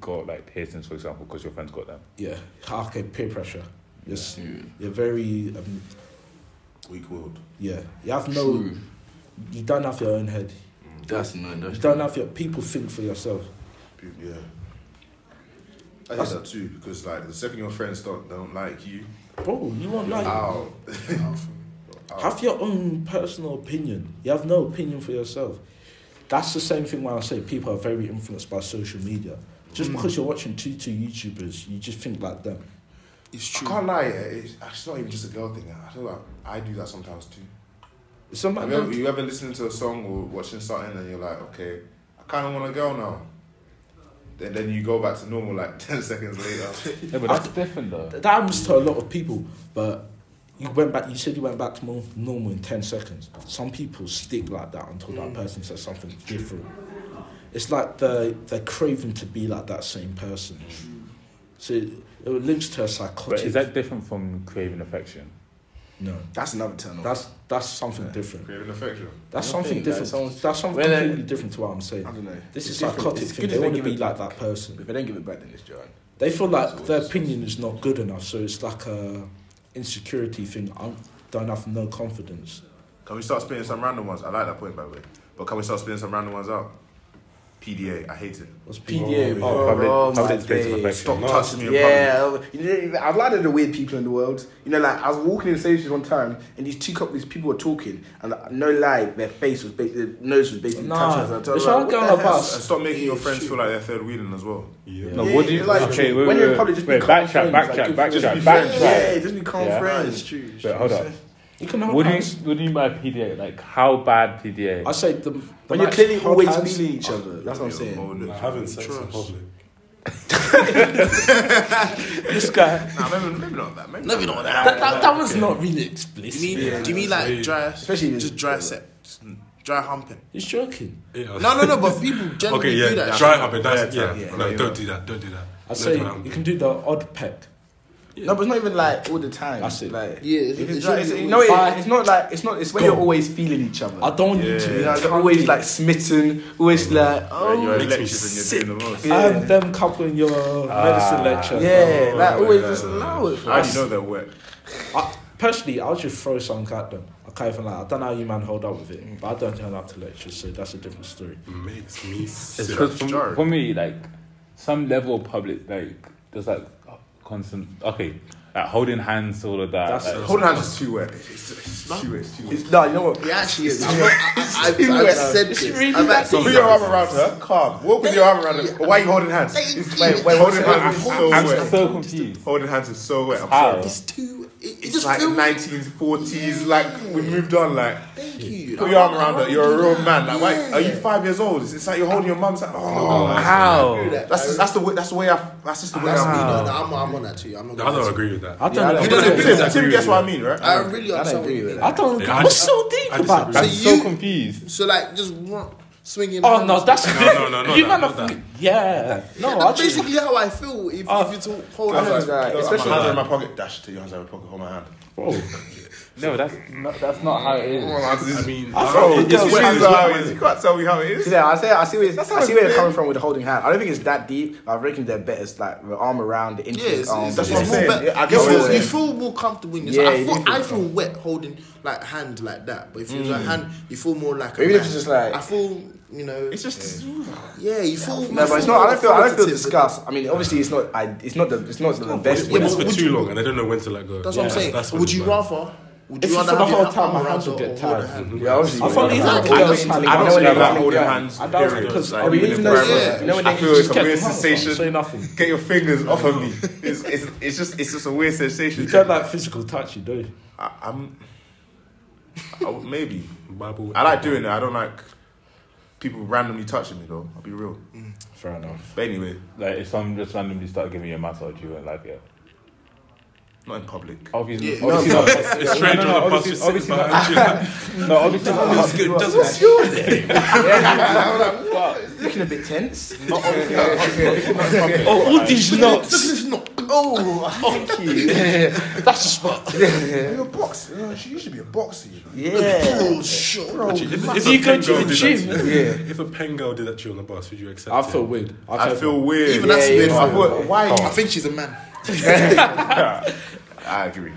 got like piercings, for example, because your friends got them.
Yeah. Okay, peer pressure. You're, s- you're very. Um,
Weak willed.
yeah. You have no. You don't have your own head.
That's no.
You don't have your. People think for yourself.
Yeah. I hate that too because like the second your friends don't don't like you,
Bro, you won't like.
ow.
Have your own personal opinion. You have no opinion for yourself. That's the same thing when I say people are very influenced by social media. Just
Hmm.
because you're watching two two YouTubers, you just think like them.
It's
I
true.
can't lie, yeah. It's, it's not even just a girl thing. eh. I feel like I do that sometimes too. Have
Somebody,
you, ever, you ever listening to a song or watching something and you're like, okay, I kind of want a girl now. Then then you go back to normal like ten seconds later.
Yeah, but that's different though.
that happens to a lot of people, but you went back. You said you went back to more normal in ten seconds. Some people stick like that until
Hmm.
that person says something different. It's like they they're craving to be like that same person. So it, it links to a
But
psychotic.
is that different from craving affection?
no?
That's another turn off.
That's that's something different.
Creating affection.
That's
Nothing,
something
like,
different.
someone's-
That's something
Well, uh,
completely different to what I'm saying.
I don't know.
This is
different.
psychotic
It's
thing.
good
They
if
want to
give
be
it-
like that person.
If they don't give it back, then it's John.
They feel like
it's
their
always-
opinion is not good enough, so it's like a insecurity thing. I don't have no confidence.
Can we start spinning some random ones? I like that point by the way. But can we start spinning some random ones out? PDA, I hate it.
What's
PDA,
Oh,
bro.
Oh, public,
oh, my
public space of
days.
affection.
Stop touching me in public.
Yeah, you know, I've liked the weird people in the world. You know, like I was walking in Sainsbury's one time, and these two couples, people were talking, and uh, no lie, their face was, ba- their nose was basically
Nah,
touching. us. I told
it's
her,
all
"What
going
the
on
hell?"
about-
And stop making your friends feel like they're third wheeling as well.
Yeah.
No,
Yeah,
what do you
like,
okay? Wait,
when you're in
wait,
public, just
wait,
be calm
backtrack,
friends,
backtrack,
like,
backtrack,
Yeah,
backtrack.
just be calm
Yeah.
friends.
It's true. it's
Wait,
true.
hold up.
You can hold
What do you
hands.
what do you mean by PDA? Like how bad PDA?
I say the, the
When you're
max-
clearly
hold
always
hands.
feeling each other, that's what I'm
Yeah,
saying.
mold it.
Like, having sex in
Trust.
public.
This guy.
Nah, maybe, maybe not that. Maybe
Maybe not that.
That, that, that was not really
Do
explicit.
you mean, do you mean like dry,
Especially
especially
if
just
it's-
dry sex, dry humping?
He's joking.
Yeah.
No, no, no. But people generally
Okay, yeah,
do that.
dry
shit.
up. That's, yeah,
Yeah, yeah.
no,
Yeah.
don't do that. Don't do that.
I
Don't
say
do that.
you can do the odd peck.
No, but it's not even like all the time.
That's it.
Like,
Yeah, it's-
if
it's
it's,
like-
it's, you know,
Bye.
it, it's not like it's not. It's when
Go.
you're always feeling each other.
I don't want you to be
You know,
like,
they're always like smitten, always like
When
oh
you're in
Makes me
lectures and you're doing the most.
Yeah.
I'm them couple in your
Ah,
medicine lecture.
yeah,
Oh,
like
yeah,
always
yeah,
just
yeah.
allow it.
How do you know they're wet?
I, personally, I'll just throw some at them. I can't even lie. I don't know how you man hold up with it, but I don't turn up to lectures, so that's a different story.
Makes me
It's
sick.
because for,
Jared.
for me, like some level of public, like there's like constant. Okay, like holding hands, all of that. like-
Hold on, just two way. It's, it's two way. It's two way.
No, you know what?
He actually is. I'm not, I, I, I, I've said this. I've actually
Put your arm around her. Calm. Walk with your arm around her. But why are you holding hands? It's- Wait, wait, holding hands is so
I'm
wet.
so confused.
Holding hands is so wet. I'm
How?
sorry.
It's too. It, it
It's
just
like
feels.
1940s. Like we moved on. Like
Thank you.
put your
I
arm
won't- I
around her.
won't
You're a
do
real
that.
man. Like why
Yeah.
are you five years old? It's, it's like you're holding your mum's. Like oh,
How?
that's just, that's the way. That's the way. I. That's just the way.
That's me.
I.
No, no, I'm, I'm on that too. I'm not.
I
gonna
don't
lie to
agree with that.
I don't
You
know.
don't you don't- Tim, guess what I mean, right?
you. I really understand.
agree
what
with
you
I
mean.
don't.
Yeah, I
what's
dis-
so deep
I
about
disagree.
So
I'm so
you.
confused.
So like just run, swinging.
Oh
hands.
no, that's different.
no, no, not
you
that,
man
not
are-
that.
Yeah, no, I
That's
just
basically how I feel if, if you talk hold
I
hands.
was
Yeah,
like,
especially-
especially my hands are in my pocket. Dash to your hands are in my pocket. Hold my hand.
No, that's not, that's not how it is.
I mean,
thought
it's,
it was
wet,
wet.
it's how it is. You can't tell me how it is.
Yeah, I say I see where, I
how
see where
it's
you're coming from with the holding hand. I don't think it's that deep. I reckon they're better. It's like the arm around the
Yeah,
inches.
it's,
arm.
it's,
that's
it's
what I'm
more
saying.
better.
Yeah, I get
you,
what you're
feel, you
saying.
feel more comfortable in this.
Yeah,
I
you
feel,
do feel
I feel wet holding like hand like that, but if you like hand, you feel more like.
Maybe
a
it's
man.
just like-
I feel you know.
It's just
yeah, you feel. you
No, but it's
feel
not. I
more
don't feel. I don't feel
authoritative.
disgust. I mean, obviously, it's not. I, it's not the. It's not the best.
Yeah,
When
way.
it's
but
for
would
too
you-
long and I don't know when to let go.
That's what I'm saying.
That's
would you
it's bad.
rather? Would
If
you
you
rather
for the
have your
whole time,
arm
my
around
hands will
her
get
or hold her
tired.
hand?
Yeah, obviously.
I thought these
yeah.
are
I
girls'
don't.
hand.
I
I
don't really
don't feel like
like
holding
yeah.
hands.
I don't
period.
because I
Like,
mean,
really
even though it's-
private.
yeah,
you know when
I
they
feel
just
it's a
kept my
weird
hands up,
sensation.
say nothing.
Get your fingers off of me. It's, it's, it's just it's just a weird sensation.
you don't like physical touch, you do.
I, I'm I would- maybe
Bible.
I like doing it. I don't like people randomly touching me though. I'll be real.
Fair enough.
But anyway,
Like if someone just randomly start giving you a massage, you won't like it.
not in public.
Obviously,
Yeah.
obviously not.
It's strange
No,
on
no,
the
no,
bus
obviously-
just sitting
obviously
behind you. like,
No, obviously not.
"It's good, doesn't it?"
Looking a bit tense.
Oh, all these notes.
oh,
You're a boxer. You know, You should be a boxer. You know.
Yeah.
If-
you
If a
go
pen
to
girl
the
did that
gym-
to you-
Yeah.
if a pen girl did that to you on the bus, would you accept
I
it?
feel weird. I,
I
can't-
feel weird.
Even that's weird.
I
for me.
feel, why?
I think she's a man.
I agree.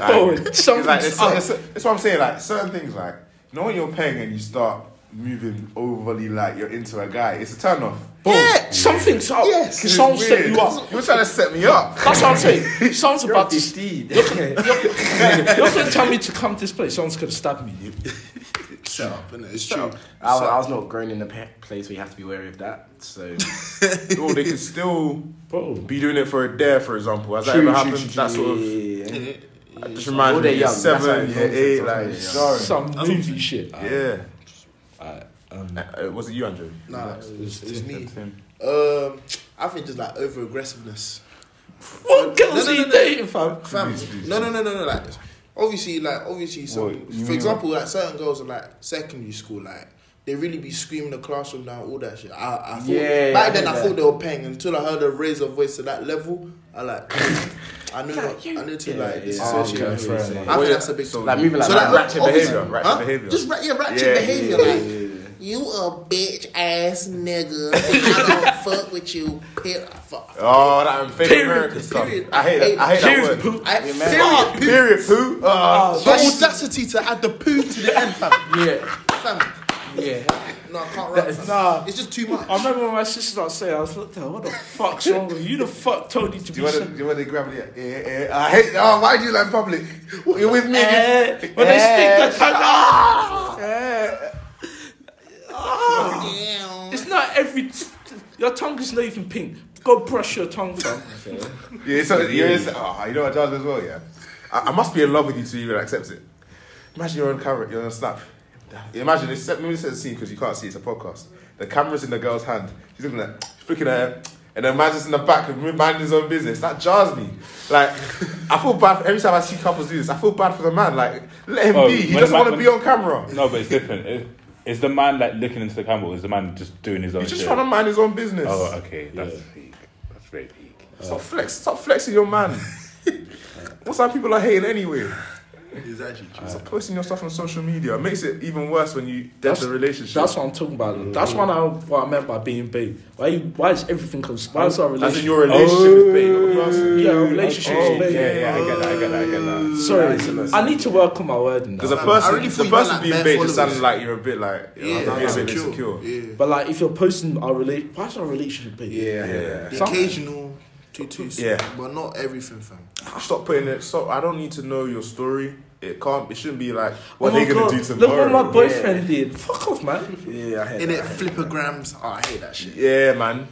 Oh,
It's like,
something's
it's,
up.
it's, it's what I'm saying. Like certain things, like you know when you're paying and you start moving overly, like you're into a guy, it's a turn off.
Yeah, something's up.
Yes, 'cause
Someone
it's
set
weird.
you up.
You're trying to set me up.
That's what I'm saying. Someone's about to.
Indeed.
You're going to tell me to come to this place. Someone's going to stab me.
Shut up, innit? It's true.
I was, I was not grown in a pe- place where you have to be wary of that. So
Or they could still
Bro,
be doing it for a dare, for example. Has that ever happened? That sort of
Yeah.
just reminds
Or
me.
they're
of
young.
Seven,
That's how
year
it
eight,
goes.
like
Yeah.
sorry.
some movie shit. Uh,
Yeah.
uh,
Uh, was it you, Andrew?
Nah, it's, it's, me.
Tim.
Um, I think just like over aggressiveness.
What girls
No, no,
are you
no, no.
dating, fam?
Fam, no, no, no, no, no. Like, obviously, like, obviously, some.
What, you mean
for example, like, certain girls in like secondary school, like, they really be screaming the classroom down, all that shit. I, I thought
Yeah,
back
I heard
then I
that.
thought they were paying until I heard her raise her voice to that level. I like, I knew, not, I knew to like disassociate.
okay, fair
myself.
enough.
I think that's a big.
Like moving like
So,
that.
like,
ratchet
obviously-
behavior. Ratchet
Huh?
behavior.
Just ra- yeah, ratchet
Yeah,
behavior.
yeah,
like, you a bitch ass nigga. I don't fuck with you. Period. Fuck.
Oh, that fake American stuff.
Period.
I hate that. I hate that word.
I
Period,
fuck.
Period, poo.
Ah,
Uh,
The audacity to add the poo to the end, fam.
Yeah.
Fam.
Yeah.
No, I can't rap. fam.
Nah.
It's just too much.
I remember when my sister started saying, I was looked at her, what the fuck's wrong with you? You the fuck told you to
do
be
you want to?
separate.
Do you want to grab it? Yeah, yeah, yeah. I hate. Oh, why do you like public? You're with me. again?
Eh, When they stick the tongue out.
Damn.
It's not every. Your tongue is not even pink. Go brush your tongue, fam.
Yeah, so you're just, oh, you know what does as well, yeah. I, I must be in love with you to even accept it. Imagine you're on camera, you're on snap. Imagine this. Let me set the scene because you can't see it's a podcast. The camera's in the girl's hand. She's looking at, she's flicking at her, and the man's just in the back and minding his own business. That jars me. Like, I feel bad for, every time I see couples do this. I feel bad for the man. Like, let him
Oh,
be. He
when
doesn't
the man-
want to be on camera.
No, but it's different. It, is the man like looking into the camera? Or is the man just doing his own
He's just
Oh, shit?
trying to mind his own business.
Oh, okay. That's peak. That's very peak.
Stop flex. Stop flexing your man. What's that people are hating anyway?
It's actually true.
Stop posting your stuff on social media. It makes it even worse when you dead
That's-
the relationship.
That's what I'm talking about. That's what I, what I meant by being bait. Why, you- why is everything. Cons- why is our
As
relationship.
in your relationship with babe,
Oh.
not with person.
Yeah, our relationship is bait.
Oh, Yeah, yeah, I get that. I get that. I get that.
Sorry, I need to work on my wording.
Because the
Now.
person,
really
the
thought you meant
person
like
being
bare
bait just sounded
followers.
like you're a bit like, yeah,
Yeah,
I'm being a
that's
bit
secure.
insecure.
Yeah.
Oh But like, if you're posting our relationship, why is our relationship bait?
Yeah.
The
Some-
occasional Too too soon.
Yeah.
But not everything, fam.
Stop putting it. Stop. I don't need to know your story. It can't. It shouldn't be like what
Oh
they
my
gonna
God,
do tomorrow.
Look what my boyfriend did. Fuck off, man.
Yeah, I hear
In it,
that.
flippergrams. Oh, I hate that shit.
Yeah, man.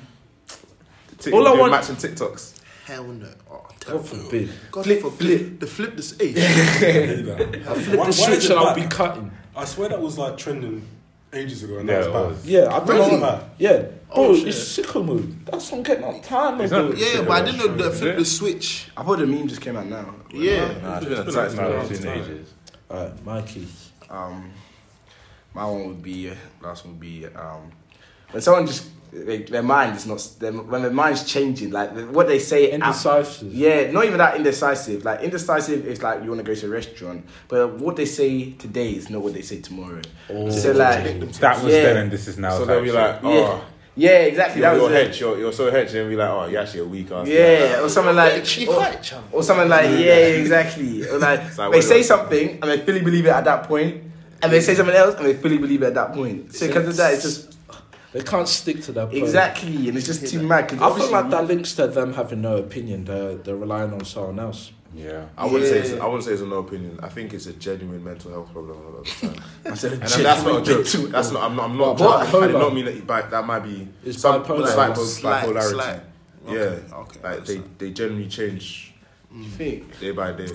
Tick,
All I
doing
want-
matching TikToks.
Hell no. Oh, terrible.
God forbid.
God
Flip,
forbid.
flip.
The flip this age.
I hate that.
Flip
Why-
the
why is
switch
it
and I'll
back?
be cutting.
I swear that was like trending ages ago, and
Yeah,
that
it
was
was.
bad.
Yeah, I
Really?
don't know. Yeah. Bro,
Oh, shit.
it's sicko mode. That's on getting up time,
It's
bro.
not-
Yeah, but I didn't know the flip
Yeah.
the switch.
I thought the meme just came out now.
Yeah.
Nah,
It's been a
tight
long
man.
time.
ages.
Alright, Mikey.
Um, my one would be uh, last one would be um, when someone just like, their mind is not their, when their mind's changing like what they say out-
Indecisive.
Yeah, not even that indecisive. Like indecisive is like you want to go to a restaurant, but what they say today is not what they say tomorrow. so like
Oh. That was
yeah.
then and this is now.
So they'll be like,
Yeah,
oh,
yeah, exactly. That
you're,
was
you're
it.
hedge. You're, you're so hedge. And be like, oh, you're actually a weak ass.
Yeah, or something like
Oh.
She
or,
quite chum.
or something like yeah, exactly. Or like
It's like,
they
what
say
do I-
something and they fully believe it at that point, and they say something else and they fully believe it at that point. So because of that, it's just
They can't stick to that point.
Exactly, and it's just too mad.
I
'cause
feel
obviously-
like that links to them having no opinion. They're, they're relying on someone else.
yeah.
I wouldn't say it's,
Yeah.
I wouldn't say it's no opinion. I think it's a genuine mental health problem a lot of the time.
I said,
And that's not a joke. That's not. I'm not. I'm not.
Bipolar.
joking. I did not mean that. But that might be.
It's
some-
bipolar.
slight
Like,
bo-
slight,
bipolarity.
slight.
Yeah.
Okay, okay,
like they, they generally change
think.
day by day.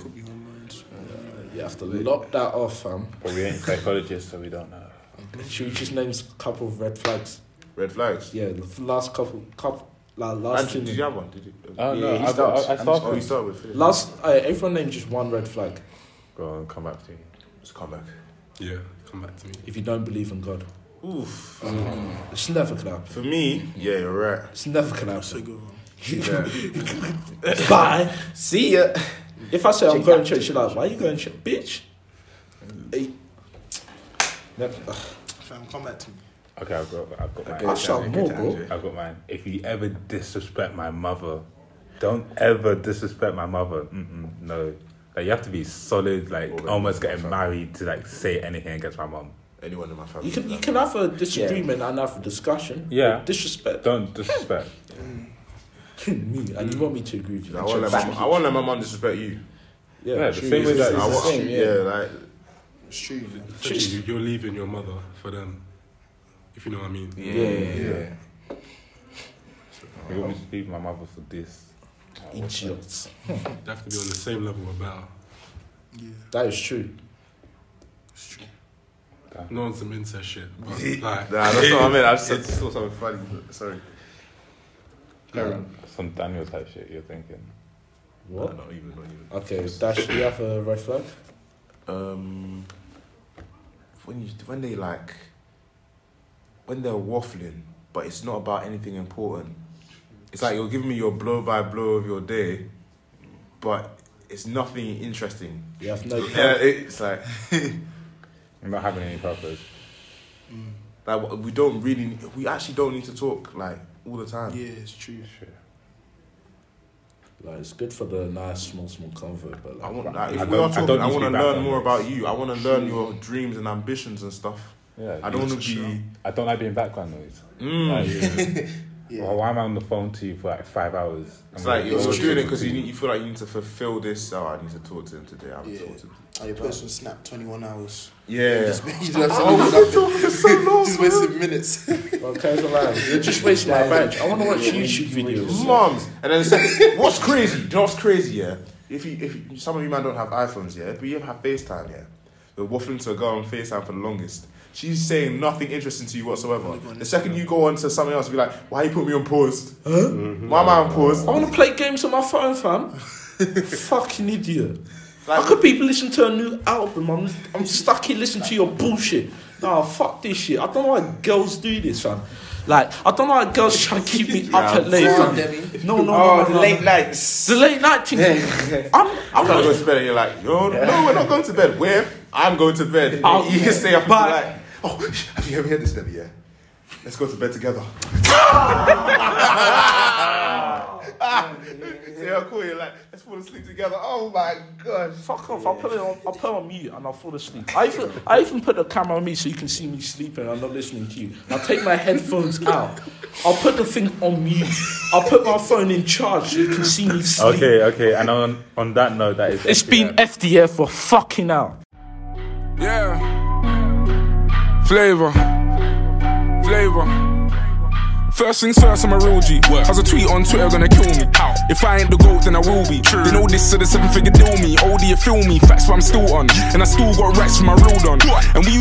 You have to lock that off, fam.
But we ain't psychologists, so we don't know.
Should we just name a couple of red flags?
Red flags.
Yeah, the last couple, couple like last
Andrew,
two.
did you have one? Did you?
Oh
Yeah,
no,
he
I, got,
starts.
I, I
I'm
started.
oh, you started with Philip.
Last, uh, everyone named just one red flag.
Go on, come back to you.
Just come back.
Yeah, come back to me.
If you don't believe in God, Mm.
Oof.
it's never gonna happen.
For me, yeah, you're right.
It's never gonna
So
happen.
good one.
Bye.
See ya.
If I say I'm going to church, you're like, why are you going to church, bitch? Hey. Never- ugh,
Fam, come back to me.
Okay, I've got, I've got mine.
I shall more, bro.
I've got mine. If you ever disrespect my mother, don't ever disrespect my mother. Mm-mm, no, like you have to be solid. Like almost getting married to like say anything against my mum.
Anyone in my family.
You can you
like,
can have a disagreement and have a discussion.
Yeah.
but Disrespect
Don't disrespect.
me, and you want me to agree with you.
I won't let my mum- I won't let my mum disrespect you.
Yeah,
yeah, the same way
I
that
won't-
same, yeah.
yeah, like
It's true. man.
Essentially, you- You're leaving your mother for them, if you know what I mean.
yeah,
you want me to leave my mother for this.
idiots.
They have to be on the same level or better.
Yeah.
That is true.
It's true.
No on some incest shit, but like,
Nah, that's not what I meant. I just said- saw something funny. Sorry.
Some Daniel type shit you're thinking.
What?
Nah, not even. Not even.
Okay, Dash, do you have a red flag?
um when you when they like when they're waffling but it's not about anything important it's like you're giving me your blow by blow of your day but it's nothing interesting
You have no.
yeah it's like
I'm not having any purpose.
like we don't really we actually don't need to talk like all the time
Yeah, it's true.
Like, it's good for the nice small small convo, but
I
like,
want like, if
I
we are
don't- I
talking,
don't
I,
need to
want to
be
learn
background
more
noise.
about you. I want to learn your dreams and ambitions and stuff.
Yeah,
I don't want to be.
I don't like being background noise.
Mm,
Like,
Yeah.
well, why am I on the phone to you for like five hours?
it's
I'm
like
like,
you're
oh,
doing it because you need, you feel like you need to fulfill this. Oh, I need to talk to him today. I'm
Yeah.
talking to him.
Oh, your post on Snap 21 hours. You
Yeah.
just been- you don't have
Oh,
something Just wasted minutes.
okay, it's allowed. You're just wasting my badge. I want to watch YouTube videos.
Moms. And then the second, what's crazy? You know what's crazy, yeah? If you, if you, some of you man don't have iPhones, yeah, but you have FaceTime, yeah. We're waffling to a girl on FaceTime for the longest. She's saying nothing interesting to you whatsoever. The second you go on to something else, be like, why you put me on pause? Huh? Why am I on pause?
I want to play games on my phone, fam. Fucking idiot.
Like-
How could people listen to a new album? I'm, I'm stuck here listening to your bullshit. Nah, fuck this shit. I don't know why girls do this, fam. Like, I don't know why girls try to keep me up at late,
Come on,
fam.
Demi.
No, no, no,
Oh,
no, no,
the late
no.
nights.
The late night thing. I'm, I'm
I'm trying to go
not.
to bed, and you're like, yo, no, we're not going to bed. Where? I'm going to bed.
Oh,
you can stay up and
but-
be like, oh, have you ever heard this, Debbie? Yeah. Let's go to bed together. Ah, yeah, cool. You're like, let's fall asleep together. Oh my god.
Fuck off! I'll put it on. I'll put it on mute and I'll fall asleep. I even I even put the camera on me so you can see me sleeping. I'm not listening to you. I'll take my headphones out. I'll put the thing on mute. I'll put my phone in charge so you can see me sleep.
Okay, okay. And on on that note, that is.
It's been FDF for fucking out.
Yeah. Flavor. Flavor. First things first, I'm a real G. How's a tweet on Twitter gonna kill me? How? If I ain't the GOAT, then I will be. True. They know this, so the seven figure deal me. OD, you feel me? Facts, what I'm still on. And I still got racks from my real don. And we used